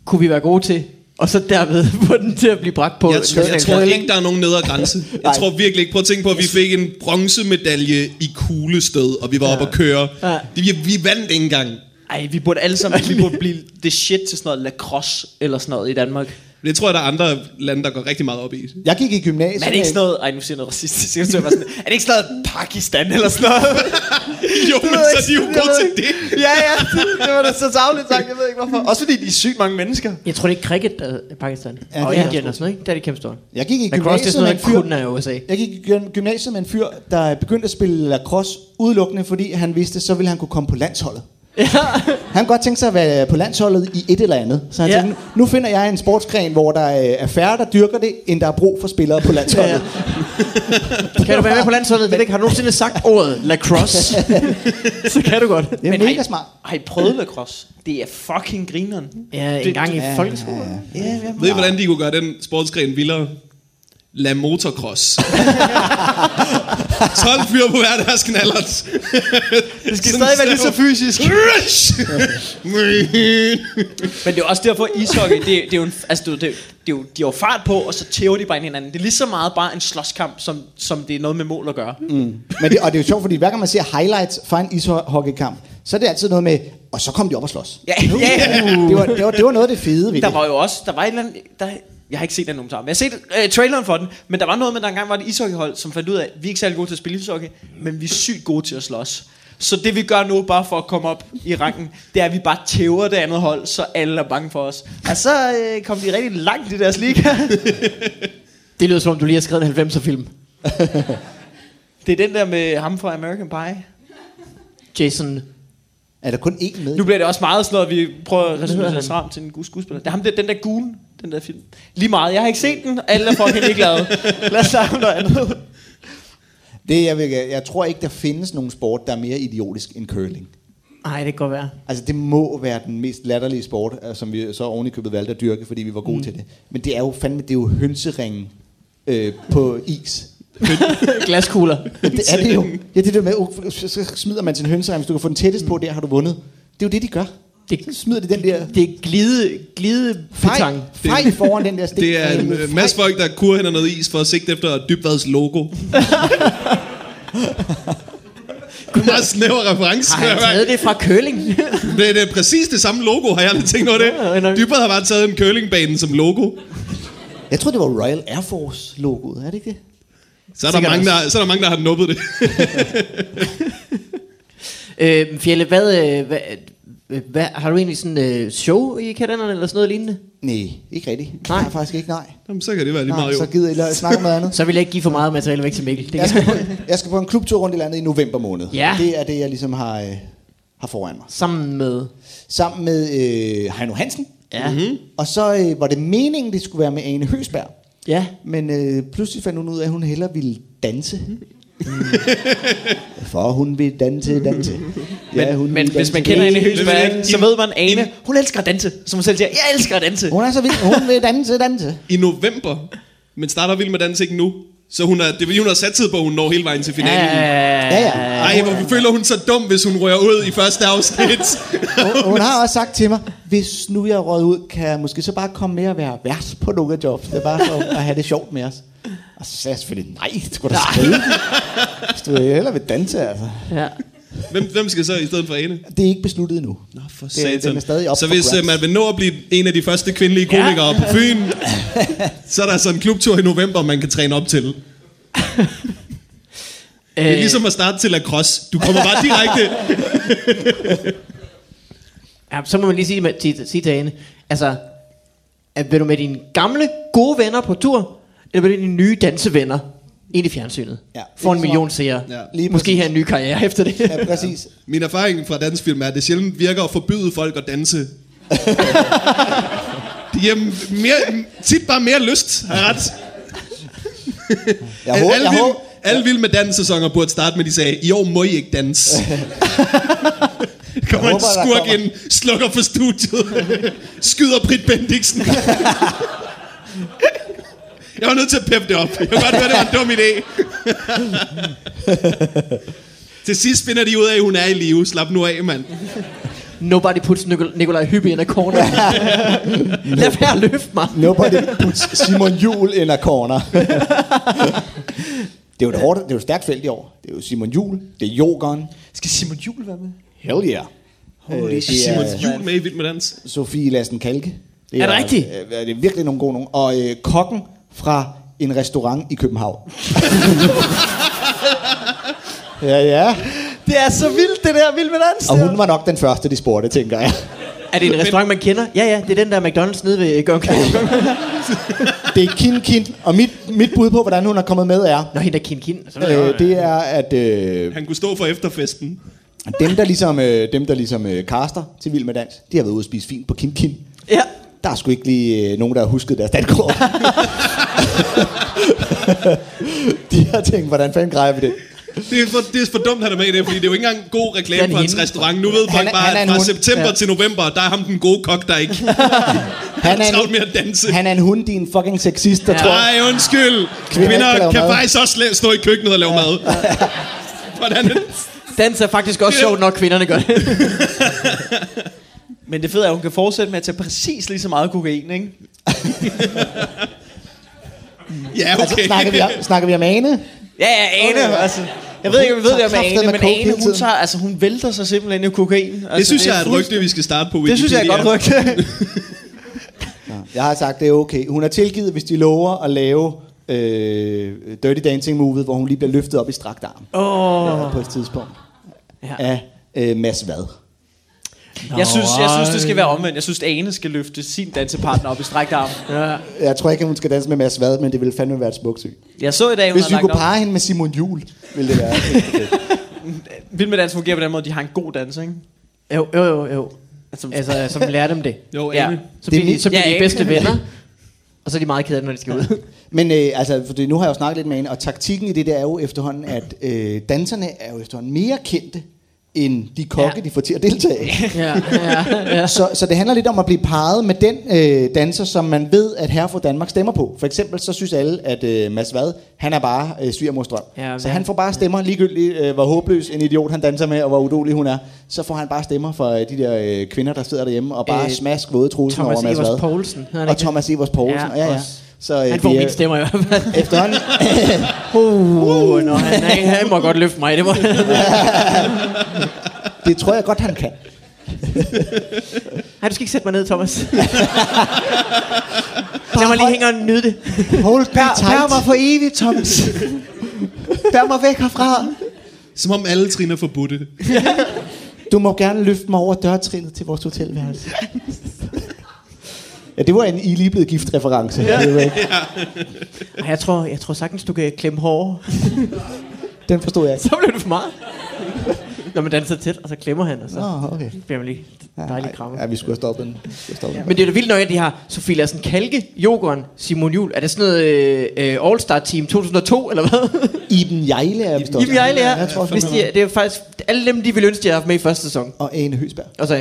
kunne vi være gode til, og så derved få den til at blive bragt på. Jeg, tror, jeg tror ikke, der er nogen nedre grænse. Jeg tror virkelig ikke. Prøv at tænke på, at vi fik en bronzemedalje i kuglested, og vi var oppe at køre. Ja. Det, vi, vi vandt ikke engang. Ej, vi burde alle sammen vi burde blive det shit til sådan noget lacrosse eller sådan noget i Danmark. Men Det tror jeg, der er andre lande, der går rigtig meget op i. Jeg gik i gymnasiet. er det ikke sådan noget... Ej, nu siger jeg noget racistisk. Jeg tror, jeg var sådan, er det ikke sådan noget Pakistan eller sådan noget? Jo, men så er de jo gode til det. ja, ja, det, det var da så savligt sagt, jeg ved ikke hvorfor. Også fordi de er sygt mange mennesker. Jeg tror, det er cricket, der er Pakistan. Ja, Ja, og det er Indien og sådan noget, ikke? Der er det kæmpe stort. Jeg gik i Lacrosse, det er gymnasiet sådan med noget, en der kun fyr, er i USA. jeg gik i gym- gymnasiet med en fyr, der begyndte at spille lacrosse udelukkende, fordi han vidste, så ville han kunne komme på landsholdet. Ja. Han kunne godt tænke sig at være på landsholdet i et eller andet. Så han Ja. ja. tænkte, nu finder jeg en sportsgren, hvor der øh, er færre, der dyrker det, end der er brug for spillere på landsholdet. ja. Kan du være med på landsholdet, men ikke har du nogensinde sagt ordet lacrosse? så kan du godt. Det er mega smart. Har I prøvet lacrosse? Det er fucking grineren. Ja, en gang i folkeskolen. Ved I, hvordan de kunne gøre den sportsgren vildere? La motocross. 12 fyre på hver deres knallert. Det skal stadig være lige så fysisk. Men det er jo også derfor, ishockey, det, det er jo en, altså, det, er jo- det, det er jo, de har jo fart på, og så tæver de bare ind i hinanden. Det er lige så meget bare en slåskamp, som, som det er noget med mål at gøre. Mm. Men det, og det er jo sjovt, fordi hver gang man ser highlights fra en ishockeykamp, så er det altid noget med, og så kom de op og slås. Ja, ja. Det, var, det, var, det var noget af det fede ved Der det. var jo også, der var et eller andet, der, jeg har ikke set den nogen sammen. Jeg har set øh, traileren for den, men der var noget med, der engang var et ishockeyhold, som fandt ud af, at vi er ikke særlig gode til at spille ishockey, men vi er sygt gode til at slås. Så det vi gør nu, bare for at komme op i ranken, det er, at vi bare tæver det andet hold, så alle er bange for os. Og så øh, kom de rigtig langt i deres liga. Det lyder som om, du lige har skrevet en 90'er film. Det er den der med ham fra American Pie. Jason. Er der kun én med? Nu bliver det også meget sådan noget, at vi prøver at hedder resumere han? os frem til en god skuespiller. Det er ham, der, den der gule, den der film. Lige meget, jeg har ikke set den, og alle er fucking ligeglade. Lad os snakke om noget andet. Det, jeg, vil, jeg tror ikke, der findes nogen sport, der er mere idiotisk end curling. Nej, det kan godt være. Altså det må være den mest latterlige sport, øh, som vi så oven i købet valgte at dyrke, fordi vi var gode mm. til det. Men det er jo fandme, det er jo hønseringen øh, på is. Glaskugler. Det er det jo. Ja, det der med, uh, så- så smider man sin hønsering, hvis du kan få den tættest på, der har du vundet. Det er jo det, de gør. Det- Mm. Det smider de den der Det er glide, glide fej, petang. fej foran den der stik. Det er en øh, masse folk, der kurer hen og noget is for at sigte efter Dybvads logo. Meget snæver reference. Har han taget det fra curling? Det, er- det er præcis det samme logo, har jeg aldrig tænkt over det. Ja, nok. Dybvad har bare taget en curlingbane som logo. Jeg tror, det var Royal Air Force logoet, er det ikke det? Så er der, Sikkert mange, der, så er der mange, der har nubbet det. øh, Fjelle, hvad, øh, hvad, øh, hvad, har du egentlig sådan øh, show i kalenderen eller sådan noget lignende? Nej, ikke rigtigt. Nej. Nej, faktisk ikke, nej. Jamen, så kan det være lige nej meget så jo. gider I lade- snakke om noget andet. Så vil jeg ikke give for meget materiale væk til Mikkel. Det kan. Jeg skal, på, jeg skal på en klubtur rundt i landet i november måned. Ja. Det er det, jeg ligesom har, øh, har foran mig. Sammen med... Sammen med øh, Heino Hansen. Ja. Mm-hmm. Og så øh, var det meningen, det skulle være med Ane Høsberg. Ja. Men øh, pludselig fandt hun ud af, at hun hellere ville danse. Mhm. Mm. For hun vil danse, danse. Ja, hun Men vil hvis man danse. kender Anne Men- Høgsberg, så ved man Ane, Ane- hun elsker at danse. Som hun selv siger, jeg elsker at danse. Hun er så vild. Hun vil danse, danse. I november, men starter Vild med Dans ikke nu. Så hun er, det er fordi, hun har sat tid på, at hun når hele vejen til finalen. Ja, Ja, ja. Ej, hvor føler hun så dum, hvis hun rører ud i første afsnit. Hun, hun har også sagt til mig, hvis nu jeg rød ud, kan jeg måske så bare komme med og være vært på nogle af jobs. Det er bare for at have det sjovt med os. Og så sagde jeg selvfølgelig, nej, det skulle da skrive. Hvis du hellere vil danse, altså. ja. Hvem, hvem skal så i stedet for Ane? Det er ikke besluttet endnu. Nå, for er- satan. den er stadig op så for hvis grabs. øh, man vil nå at blive en af de første kvindelige komikere ja. på Fyn, så er der altså en klubtur i november, man kan træne op til. Det er Øh, ligesom at starte til lacrosse. Du kommer bare direkte. ja, så må man lige sige, med, sige, sige til Ane, altså, at vil du med dine gamle, gode venner på tur, eller vil du dine nye dansevenner ind i fjernsynet? Ja. For en million seere. Ja. Ja. Lige Måske præcis. have en ny karriere efter det. Ja, præcis. Min erfaring fra dansfilm er, at det sjældent virker at forbyde folk at danse. Det giver dem mere, tit bare mere lyst, har jeg ret. Jeg håber, alle, jeg vild, håber, alle vild med dansesæsoner burde starte med, at de sagde, i år må I ikke danse. kommer en Jeg håber, der skurk kommer- ind, slukker for studiet, skyder Britt Bendiksen. Jeg var nødt til at peppe det op. Jeg kunne godt høre, det var en dum idé. Til sidst finder de ud af, at hun er i live. Slap nu af, mand. Nobody puts Nikol- Nikolaj Hyppie in a corner. Lad være at løfte mig. Nobody puts Simon Jul in a corner. det er jo et hårdt, det er jo et stærkt felt i år. Det er jo Simon Jul, det er Jokeren. Skal Simon Juhl være med? Hell yeah. Holy øh, det Simon er Jul med i Vild Med Dans. Sofie Lassen Kalke. Det Er det rigtigt? øh, Er det er virkelig nogle gode nogen. Og øh, kokken fra en restaurant i København. ja, ja. Det er så vildt, det der Vild Med Dans. Og hun var nok den første, de spurgte, tænker jeg. Er det en restaurant, man kender? Ja, ja, det er den der McDonald's nede ved Gong Det er Kin Kin. Og mit, mit bud på, hvordan hun er kommet med, er... Nå, hende der Kin Kin. Så ved jeg godt. Øh, det er, at øh, Han kunne stå for efterfesten. dem, der ligesom, øh, dem, der ligesom øh, caster til Vild Med Dans, de har været ude at spise fint på Kin Kin. Ja. Der er sgu ikke lige øh, nogen, der har husket deres dankort. de har tænkt, hvordan fanden grejer vi det? Det er, for, det er for dumt, han er med i det, fordi det er jo ikke engang god Det er reklame en for hans hende. restaurant. Nu ved folk er- bare, han er at en fra hund. september Ja. til november, der er ham den gode kok, der ikke Han er travlt en, med at danse. han er en hund, din fucking sexist, der ja. tror jeg. Nej, undskyld. Kvinder, ikke kan Kvinder lave kan mad. faktisk også la- stå i køkkenet og lave mad. Hvordan Dans er faktisk også sjovt, når kvinderne gør det. Men det fede er, at hun kan fortsætte med at tage præcis lige så meget kokain, ikke? Ja, Altså, okay. snakker, vi om, snakker vi om Ane? Ja, ja, Ane. Altså, jeg ved ikke, om vi ved det om Kraftedeme Ane, men coke hele Ane, hun, tiden. tager, altså, hun vælter sig simpelthen i kokain. Altså, Det synes jeg er et fuld- rygte, vi skal starte på Det synes jeg er et godt rygte. Jeg har sagt, det er okay. Hun er tilgivet, hvis de lover at lave øh, Dirty Dancing Movie, hvor hun lige bliver løftet op i strakt arm Åh. oh. på et tidspunkt. Ja. Ja. Af øh, Mads Vad. jeg, synes, jeg synes, det skal være omvendt. Jeg synes, Ane skal løfte sin dansepartner op i strækt arm. Ja. Jeg tror ikke, at hun skal danse med Mads Vad, men det ville fandme være et smukt syn. Jeg så i dag, hun Hvis har vi lagt kunne op- parre hende med Simon Jul, ville det være. Vild med dans fungerer på den måde, de har en god dans, ikke? Jo, jo, jo, jo. Altså, Altså, som lærer dem det. Jo, Ja. Ane. Så Det er bliver, de, mit- så bliver Ja, de ikke? bedste venner. Og så er de meget kede af det, når de skal ud. Men øh, altså, fordi nu har jeg jo snakket lidt med hende, og taktikken i det der er jo efterhånden, at øh, danserne er jo efterhånden mere kendte, end de kokke, Ja. ja. de får til at deltage. ja, ja, ja. Så, så det handler lidt om at blive parret med den øh, danser, som man ved, at herre fra Danmark stemmer på. For eksempel så synes alle, at øh, Mads Vad, han er bare øh, svigermors drøm. Ja, Ja, så ja. han får bare stemmer, ligegyldigt øh, hvor håbløs en idiot han danser med, og hvor udolig hun er. Så får han bare stemmer fra øh, de der øh, kvinder, der sidder derhjemme og bare Øh, øh, smask våde trusen Thomas over Mads Evers Vad. Poulsen, hedder han Og ikke det? Thomas Evers Poulsen. Ja, Ja, ja, ja. også. Så, øh, Han får vi er mine stemmer i hvert fald. Efterhånden, Uh, nå, han, han, han må godt løfte mig. Det må, det tror jeg godt, han kan. Nej, du skal ikke sætte mig ned, Thomas. Lad mig lige hænge og nyde det. Hold bær, Bær mig for evigt, Thomas. bær mig væk herfra. Som om alle trin er forbudte. Du må gerne løfte mig over dørtrinnet til vores hotelværelse. ja, det var en I er lige blevet gift reference. Ja. Ej, jeg, tror, jeg tror sagtens, du kan klemme hårdere. Den forstod jeg ikke. Så blev det for meget. Når man danser tæt, og så klemmer han, og så Åh, okay. bliver man lige dejligt krammet. Ja, vi skulle have stoppet den. Vi skulle have stoppet den. Men det er da vildt nok, at de har Sofie Lassen Kalke, Jokeren, Simon Jul. Er det sådan noget øh, øh, All-Star Team 2002, eller hvad? Iben Jejle er vist også. Iben Jejle er. Jeg tror også, Hvis de, det er faktisk alle dem, de ville ønske, de havde haft med i første sæson. Og Ane Høsberg. Og så er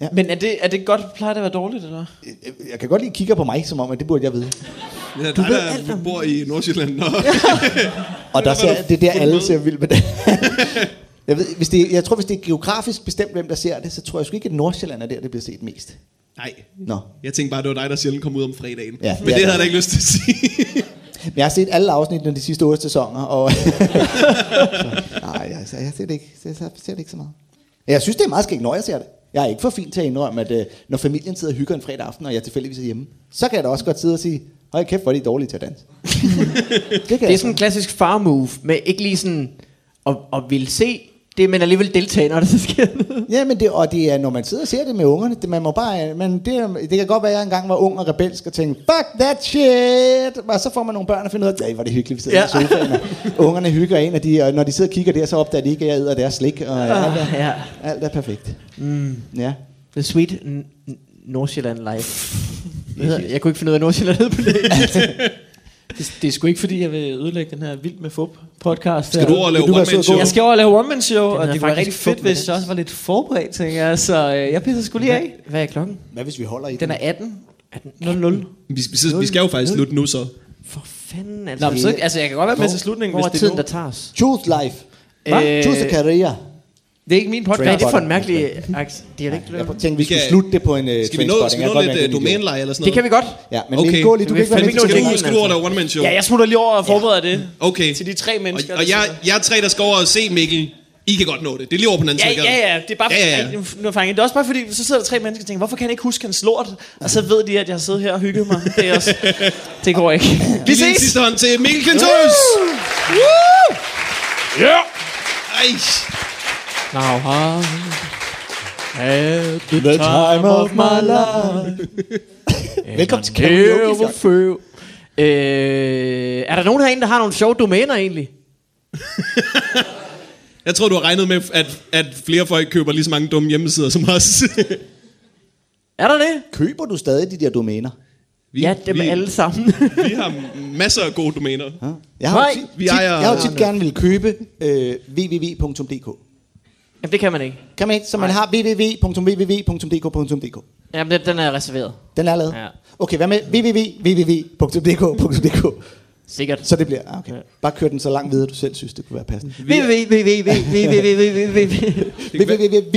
jeg Men er det, er det godt, plejer det at være dårligt, eller? Jeg kan godt lige kigge på mig, som om, at det burde jeg vide. Ja, du der, der bor i Nordsjælland. Og Og der Hvad var ser, det det er der for alle noget? ser vildt med det. Jeg, ved, hvis det, jeg tror, hvis det er geografisk bestemt, hvem der ser det, så tror jeg sgu ikke, at Nordsjælland er der, det bliver set mest. Nej. Nå. Jeg tænkte bare, det var dig, der sjældent kom ud om fredagen. Ja, Men ja. det havde jeg da ikke lyst til at sige. Men jeg har set alle afsnittene de sidste otte sæsoner, og... så, nej, jeg, jeg, ser det ikke, jeg, jeg ser det ikke så meget. Jeg synes, det er meget skægt, når jeg ser det. Jeg er ikke for fin til at indrømme, at øh, når familien sidder og hygger en fredag aften, og jeg tilfældigvis er hjemme, så kan jeg da også godt sidde og sige, høj kæft, hvor er de dårlige til at danse. det, kan Det er sådan en klassisk far-move, med ikke lige sådan at, at ville se det, men alligevel deltage, når det så sker noget. Ja, men det, og det er, når man sidder og ser det med ungerne, det, man må bare, man, det, er- det kan godt være, at jeg engang var ung og rebelsk og tænkte, fuck that shit, og så får man nogle børn og finder ud af, "Ej, hvor er det hyggeligt, vi sidder Ja. ja. i sofaen, og ungerne hygger en, og, de, og når de sidder og kigger der, så opdager de ikke, at jeg æder deres slik, og alt, er, Ah, Ja. alt er perfekt. Mm. Ja. The Sweet n- n- Nordsjælland Life. Hvad hedder det? Jeg kunne ikke finde ud af Nordsjælland hed på det. Det, det er sgu ikke, fordi jeg vil ødelægge den her Vild med Fup podcast. Skal du over og lave Vil du være one sød man og show? god? Jeg skal over og lave one man show, hedder og det var faktisk rigtig fedt, Fup med hvis jeg Dans. også var lidt forberedt, tænker jeg. Så øh, jeg pisser sgu lige af. Hvad er klokken? Hvad hvis vi holder i Den er 18. 00. Vi, vi, sidder- vi skal jo faktisk slutte nu så. For fanden, altså. Nå, men så, altså, jeg kan godt være med til slutningen, Hvor er hvis det er tiden, nu. der tager os? Choose life. Hvad? Øh, Tusse Karia. Det er ikke min podcast. Hvad er det for en mærkelig aks- dialekt? Jeg tænkte, vi skulle kan- slutte det på en uh, Skal vi nå, skal vi nå lidt øh, domæneleje eller sådan noget? Det kan vi godt. Ja, men Okay. okay. gå lidt. Du Men kan ikke være vi med fik noget til Skal du, Jinglen, skal du over der one man show? Ja, jeg smutter lige over og forbereder det. Okay. Til de tre Og, mennesker. og der jeg, jeg er tre, der skal over og se Mikkel. I kan godt nå det. Det er lige over på den anden Ja, side af gaden. ja, ja. Det er bare Ja, ja, ja. Ej, nu- nu fanger jeg. Det er også bare fordi, så sidder der tre mennesker og tænker, hvorfor kan jeg ikke huske hans lort? Og så ved de, at jeg har siddet her og hygget mig. Det er også... Det går ikke. Vi Lige en ses! sidste hånd til Mikkel Klintorius. Ja! Ej, Now I had the, The time, time of of my life. Velkommen til Kære, karaoke. hvor Jørgen. føv. Øh, er der nogen herinde, der har nogle sjove domæner egentlig? jeg tror, du har regnet med, at, at flere folk køber lige så mange dumme hjemmesider som os. Er der det? Køber du stadig de der domæner? vi, Ja, dem vi, alle sammen. Vi har masser af gode domæner. Jeg har, Nej, jo tit, vi tit, ejer- jeg har jo tit gerne vil købe øh, www.dk. Jamen, det kan man ikke. Kan man ikke? Så man har www.www.dk.dk. Jamen, den, den er reserveret. Den er lavet. Ja. Okay, hvad med www.dk.dk? Sikkert. Så det bliver, ah, okay. Bare kør den så langt videre, du selv synes, det kunne være passende. Vi,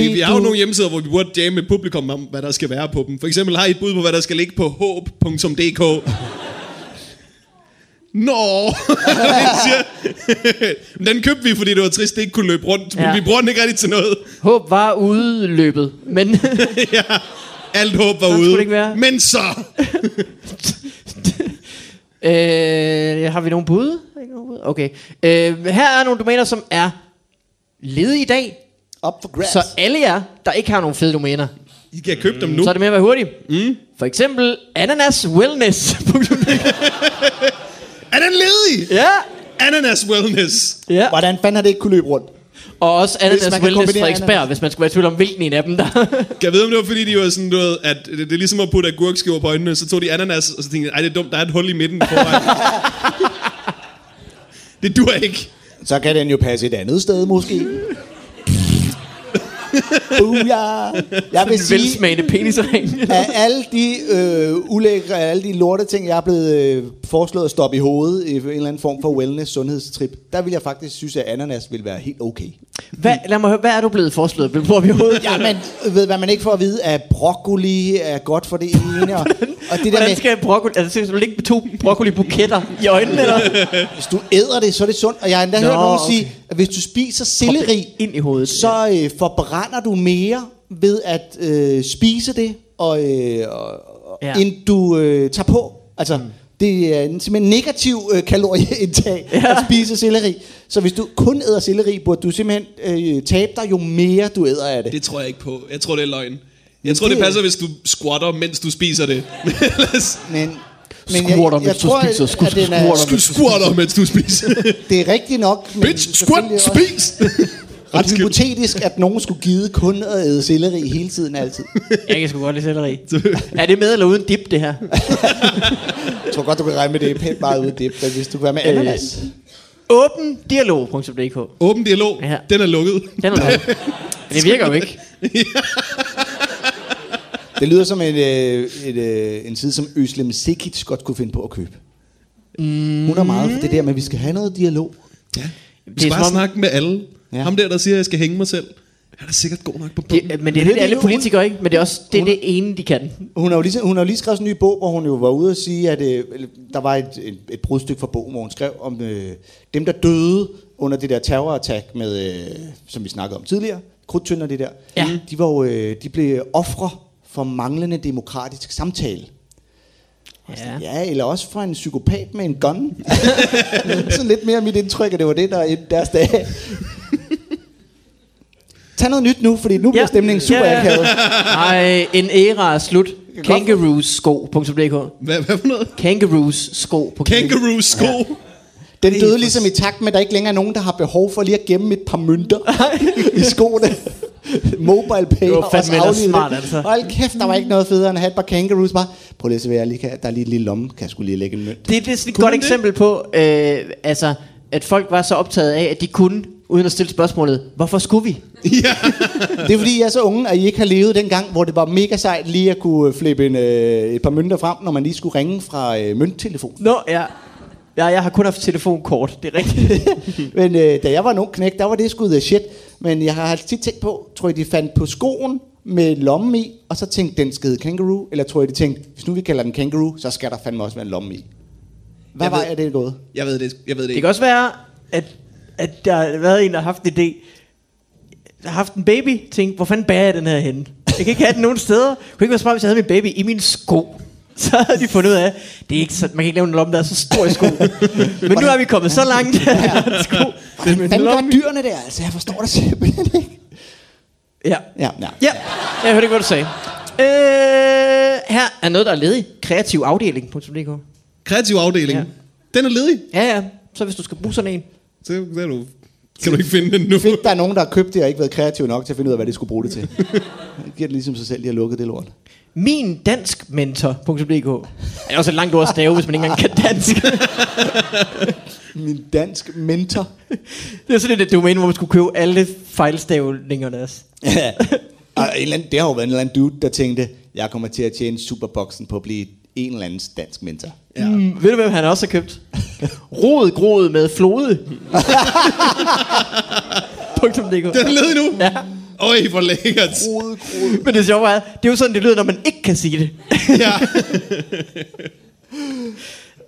vi har jo nogle hjemmesider, hvor vi burde jamme med publikum om, hvad der skal være på dem. For eksempel har I et bud på, hvad der skal ligge på håb.dk. Nå, den, siger, den købte vi, fordi det var trist, det ikke kunne løbe rundt. Men Ja. vi bruger den ikke rigtig til noget. Håb var udløbet, men ja, alt håb var Sådan skulle det ikke ude. være. Men så, øh, har vi nogen bud? Ikke nogen bud? Okay. Øh, her er nogle domæner, som er ledige i dag. Up for grabs. Så alle jer, der ikke har nogen fede domæner, I kan købe dem nu. så er det med at være hurtig. Mm. For eksempel ananaswellness. Er den ledig? ja. Ananas Wellness. ja. Hvordan fanden har det ikke kunne løbe rundt? Og også man ananas kan wellness kombinere fra ekspert, ananas. hvis man skulle være i tvivl om, hvilken en af dem der. Kan jeg vide, om det var, fordi de var sådan noget, at det, det er ligesom at putte agurkskiver på øjnene, så tog de ananas, og så tænkte jeg, ej, det er dumt, der er et hul i midten foran. det dur ikke. Så kan den jo passe et andet sted, måske. Booyah. Jeg vil sige, Velsmagende penisring. af alle de øh, ulækre, alle de lorte ting, jeg er blevet øh, foreslået at stoppe i hovedet i en eller anden form for wellness, sundhedstrip, der vil jeg faktisk synes, at ananas vil være helt okay. Hvad, lad mig høre, hvad er du blevet foreslået? Hvor er vi overhovedet? Ja, men øh, ved hvad man ikke får at vide, at broccoli er godt for det ene, og, og det der Hvordan med, skal en broccoli... Altså, skal du ligge med to broccoli-buketter i øjnene, eller? hvis du æder det, så er det sundt. Og jeg har endda Nå, hørt nogen okay. sige, at hvis du spiser selleri, ind i hovedet. så øh, forbrænder du mere ved at øh, spise det, og, øh, og, Ja. ja. end du øh, tager på. Altså, mm. det er en simpelthen negativ øh, kalorieindtag ja. at spise selleri. Så hvis du kun æder selleri, burde du simpelthen øh, tabe dig, jo mere du æder af det. Det tror jeg ikke på. Jeg tror, det er løgn. Jeg Men tror, det det- passer, hvis du squatter, mens du spiser det. Ellers, Men, men Squatter, hvis du at- spiser. Sku- at den er- squatter. du squatter, mens du spiser. Det er rigtigt nok, men Bitch, squat, selvfølgelig også spis! ret Undskyld. hypotetisk, at nogen skulle gide kun at æde selleri hele tiden altid. Jeg kan sgu godt lide selleri. er det med eller uden dip, det her? Jeg tror godt, du kan regne med det er pænt meget ude i det, men hvis du kan være med ananas. Åbendialog.dk Åben dialog. Ja. Den er lukket. Den er lavet. Men det virker jo ikke. Det lyder som en, øh, et, øh, en side, som Øslem Sikic godt kunne finde på at købe. Mm. Hun er meget for det der med, at vi skal have noget dialog. Vi Det er skal bare som om- snakke med alle. Ja. Ham der, der siger, at jeg skal hænge mig selv. Han er sikkert god nok på bunden. Det, men det er det, alle politikere, ikke? Men det er også det, er det ene, de kan. Hun har jo lige, hun har jo lige skrevet sådan en ny bog, hvor hun jo var ude og sige, at øh, eller, der var et, et, et brudstykke fra bogen, hvor hun skrev om øh, dem, der døde under det der terrorattack, med, øh, som vi snakkede om tidligere, krudtønder det der. Ja. De, var jo, øh, de blev ofre for manglende demokratisk samtale. Ja. Ja, eller også fra en psykopat med en gun. Sådan lidt mere mit indtryk, at det var det, der endte deres dag. Tag noget nyt nu, fordi nu bliver Ja. stemningen super Ja, ja. akavet. Ej, en æra er slut. Kangaroos-sko.dk Hvad, hvad for noget? Kangaroos-sko.dk Kangaroo sko. Den døde ligesom i takt med, at der ikke længere er nogen, der har behov for lige at gemme et par mønter i skoene. Mobile pay Det var og fandme også ellers aflivet smart, det. altså. Hold kæft, der var ikke noget federe end at have et par kangaroos. Bare, prøv lige at se, hvad jeg lige kan. Der er lige en lille lomme, kan jeg skulle lige lægge en mønt. Det, det er sådan et godt man det? eksempel på, øh, altså, at folk var så optaget af, at de kunne, uden at stille spørgsmålet, hvorfor skulle vi? Ja. Det er fordi, jeg er så unge, at I ikke har levet dengang, hvor det var mega sejt lige at kunne øh, flippe en, øh, et par mønter frem, når man lige skulle ringe fra øh, mønttelefonen. Nå, ja. Ja, jeg har kun haft telefonkort, det er rigtigt. Men øh, da jeg var en ung knæk, der var det sgu the shit. Men jeg har tit tænkt på, tror jeg, de fandt på skoen med lommen i, og så tænkte den skede kangaroo. Eller tror jeg, de tænkte, hvis nu vi kalder den kangaroo, så skal der fandme også være en lomme i. Hvad Jeg ved- var jeg det gået? Jeg ved det, jeg ved det Det ikke. kan også være, at, at der har været en, der har haft en idé. Der har haft en baby, tænkt, hvor fanden bærer jeg den her henne? Jeg kan ikke have den nogen steder. Det kunne ikke være smart, hvis jeg havde min baby i min sko. Så havde de fundet ud af, det er ikke så, man kan ikke lave en lomme, der er så stor i sko. Men nu er vi kommet så langt. sko. Men Hvad gør lomme. dyrene der? Altså, jeg forstår det simpelthen ikke. Ja. Ja, ja. ja. Jeg hørte ikke, hvad du sagde. Øh, her. Er noget, der er ledig? Kreativafdeling.dk Kreativ afdeling. Ja. Den er ledig. Ja, ja. Så hvis du skal bruge sådan en. Så der er du, kan du ikke finde den nu. Fedt, der er nogen, der har købt det og ikke været kreative nok til at finde ud af, hvad de skulle bruge det til. Det giver det ligesom sig selv, de har lukket det lort. Min dansk mentor.dk Det er også et langt ord at stave, hvis man ikke engang kan dansk. Min dansk mentor. Det er sådan et domæne, hvor man skulle købe alle fejlstavningerne også. Ja. og en eller anden, det har jo været en eller anden dude, der tænkte, jeg kommer til at tjene superboksen på at blive en eller anden dansk mentor. Ja. Mm, ved du, hvem han også har købt? Rod groet med flode. .dk. Den er ledig nu. Ja. Øj, hvor lækkert. Men det sjove er, det er jo sådan, det lyder, når man ikke kan sige det. Ja.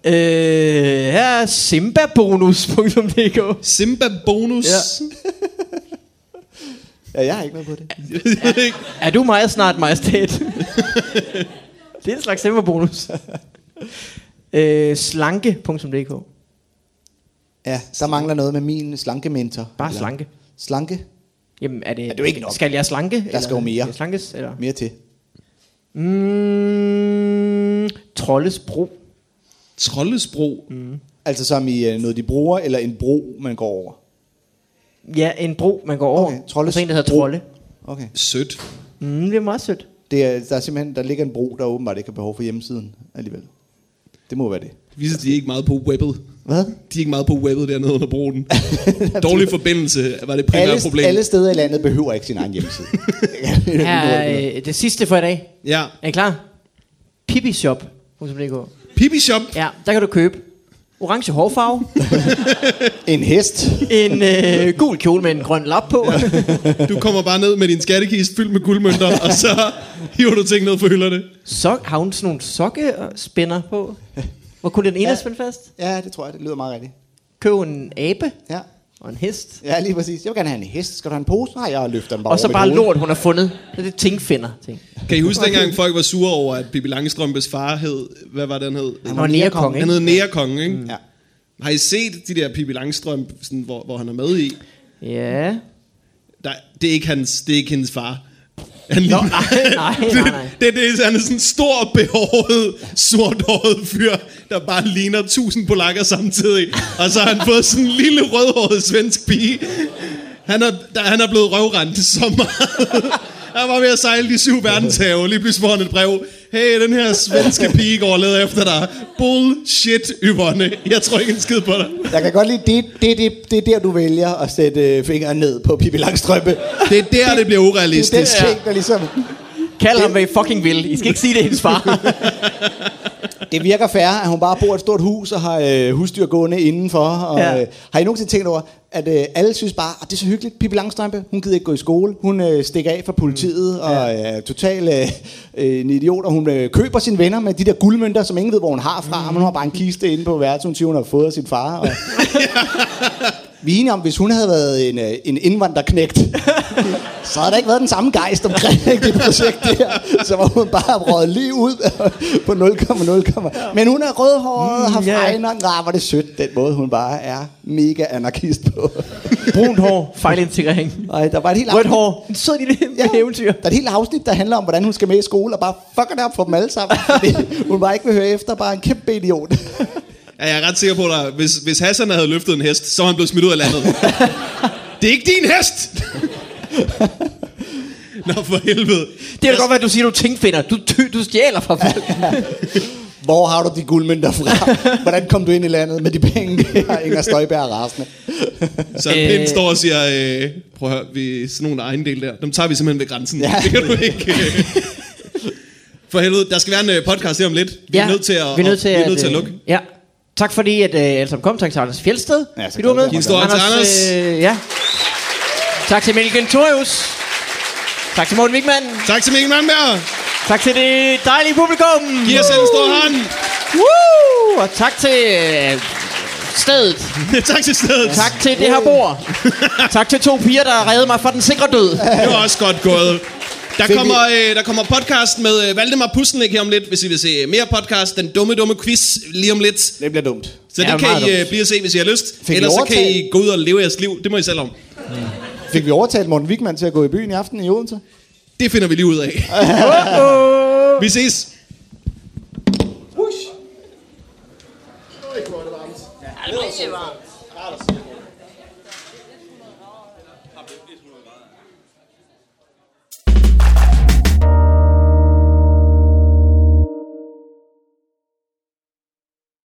Øh, her er simbabonus.dk Simba bonus. Ja. Ja, jeg har ikke noget på det. Jeg ved ikke. Er du meget snart, majestæt? det er en slags simbabonus. øh, slanke.dk Ja, der mangler noget med min slanke mentor. Bare slanke. Slanke? Jamen, er det, det er jo ikke nok. Skal jeg slanke? Der skal jo mere. Slankes, eller? Mere til. Mm, troldes bro. Troldesbro. Mm. Altså som i øh, noget, de bruger, eller en bro, man går over. Ja, en bro, man går over. Okay, troldes Og så en, der hedder bro. trolde. Okay. Sødt. Mm, det er meget sødt. Det er, der er simpelthen, der ligger en bro, der åbenbart ikke har behov for hjemmesiden alligevel. Det må være det. Det viser, at de er ikke meget på webbet. Hvad? De er ikke meget på webbet dernede under broen. Dårlig forbindelse var det primære Alle, problem. alle steder i landet behøver ikke sin egen hjemmeside. Her er øh, det sidste for i dag. Ja. Er I klar? Pipishop.dk Pippi Shop. Ja, der kan du købe orange hårfarve, en hest. en øh, gul kjole med en grøn lap på, Du kommer bare ned med din skattekiste fyldt med guldmønter, og så hiver du ting ned for hylderne. så har hun sådan nogle sokkespænder på, hvor kun den ene Ja. ja. spænde fast. Ja, det tror jeg, det lyder meget rigtigt. Køb en abe Ja. og en hest, Ja, lige præcis. Jeg vil gerne have en hest. Skal du have en pose? Nej, jeg løfter den bare og så over bare mit hoved. lort, hun har fundet. Så det er tingfinder. Ting. Kan I huske dengang folk var sure over, at Pippi Langstrømpes far hed... Hvad var det, han hed? Han var nærkong, Han ikke? hed Nærekongen, ikke? Mm. Ja. Har I set de der Pippi Langstrømpe, sådan, hvor, hvor han er med i? Ja. Nej, det er ikke, hans, det er ikke hendes far. Han Nå, nej, nej, nej. Det, det, det, er- han er sådan en stor, behåret, sorthåret fyr, der bare ligner tusind polakker samtidig. Og så har han fået sådan en lille rødhåret svensk pige. Han er, der, han er blevet røvrendt så meget. Han var ved at sejle de syv verdenshave. Lige pludselig får han et brev. Hey, den her svenske pige går og leder efter dig. Bullshit, Yvonne. Jeg tror ikke en skid på dig. Jeg kan godt lide, det, det, det, det er der, du vælger at sætte øh, fingeren ned på Pippi Langstrømpe. Det er der, det bliver Det er den urealistisk. ting, der ligesom... Kald ham, hvad I fucking vil. I skal ikke sige, det er hendes far. Det virker færre, at hun bare bor i et stort hus og har øh, husdyr gående indenfor. Og, Ja. ja. øh, har I nogensinde tænkt over, at øh, alle synes bare, at det er så hyggeligt, Pippi Langstrømpe, hun gider ikke gå i skole, hun øh, stikker af fra politiet mm. og er øh, total øh, øh, en idiot, og hun øh, køber sine venner med de der guldmønter, som ingen ved, hvor hun har fra, mm. men hun har bare en kiste inde på værelset, hun siger, hun har fået af sin far. Og... Vi er enige om, hvis hun havde været en, øh, en indvandrerknægt, så havde der ikke været den samme gejst omkring det projekt der. Så var hun bare røget lige ud på 0,0. Men hun er rødhåret, har Mm, ja. fregner. Nej, var det sødt, den måde hun bare er mega anarkist på. Brunt hår, fejlintegrering. Nej, der var et helt Rødt afsnit- hår, en sød lille Ja. ja. eventyr. Der er et helt afsnit, der handler om, hvordan hun skal med i skole, og bare fucker det op for dem alle sammen. Fordi hun bare ikke vil høre efter, bare en kæmpe idiot. Ja, jeg er ret sikker på dig. Hvis, hvis Hassan havde løftet en hest, så var han blevet smidt ud af landet. det er ikke din hest! Nå, for helvede. Det er da godt, hvad du siger, du er tingfinder. Du, ty, du stjæler fra folk. Hvor har du de guldmønter fra? Hvordan kom du ind i landet med de penge? Inger Støjberg er rasende. Så øh... Øh. Pind står og siger, øh, prøv at høre, vi, sådan nogle ejendel der, dem tager vi simpelthen ved grænsen. Ja. Ja. Det kan du ikke. øh. for helvede, der skal være en øh, podcast her om lidt. Vi er nødt til at, øh, vi er nødt til, øh, vi er nødt til at lukke. Ja. Tak fordi, at øh, alle sammen kom. Tak til Anders Fjeldsted. Ja, så fordi du var kom med. der. Giv en stor hånd til Øh, ja. Tak til Mikkel Gentorius. Tak til Morten Wigman. Tak til Mikkel Malmberg. Tak til det dejlige publikum. Giv os en stor hånd. Woo! Og tak til øh, stedet. tak til stedet. Tak til det her bord. tak til to piger, der reddede mig fra den sikre død. Det var også godt gået. Der kommer, øh, der kommer podcast med øh, Valdemar Puslenik her om lidt, hvis I vil se mere podcast. Den dumme, dumme quiz lige om lidt. Så Det bliver dumt. det Ja, meget kan I øh, dumt. blive at se, hvis I har lyst. I Fik Ellers så kan overtalt? I gå ud og leve jeres liv. Det må I selv om. Fik vi overtalt Morten Wigman til at gå i byen i aften i Odense? Det finder vi lige ud af. vi ses. Almindelig varmt.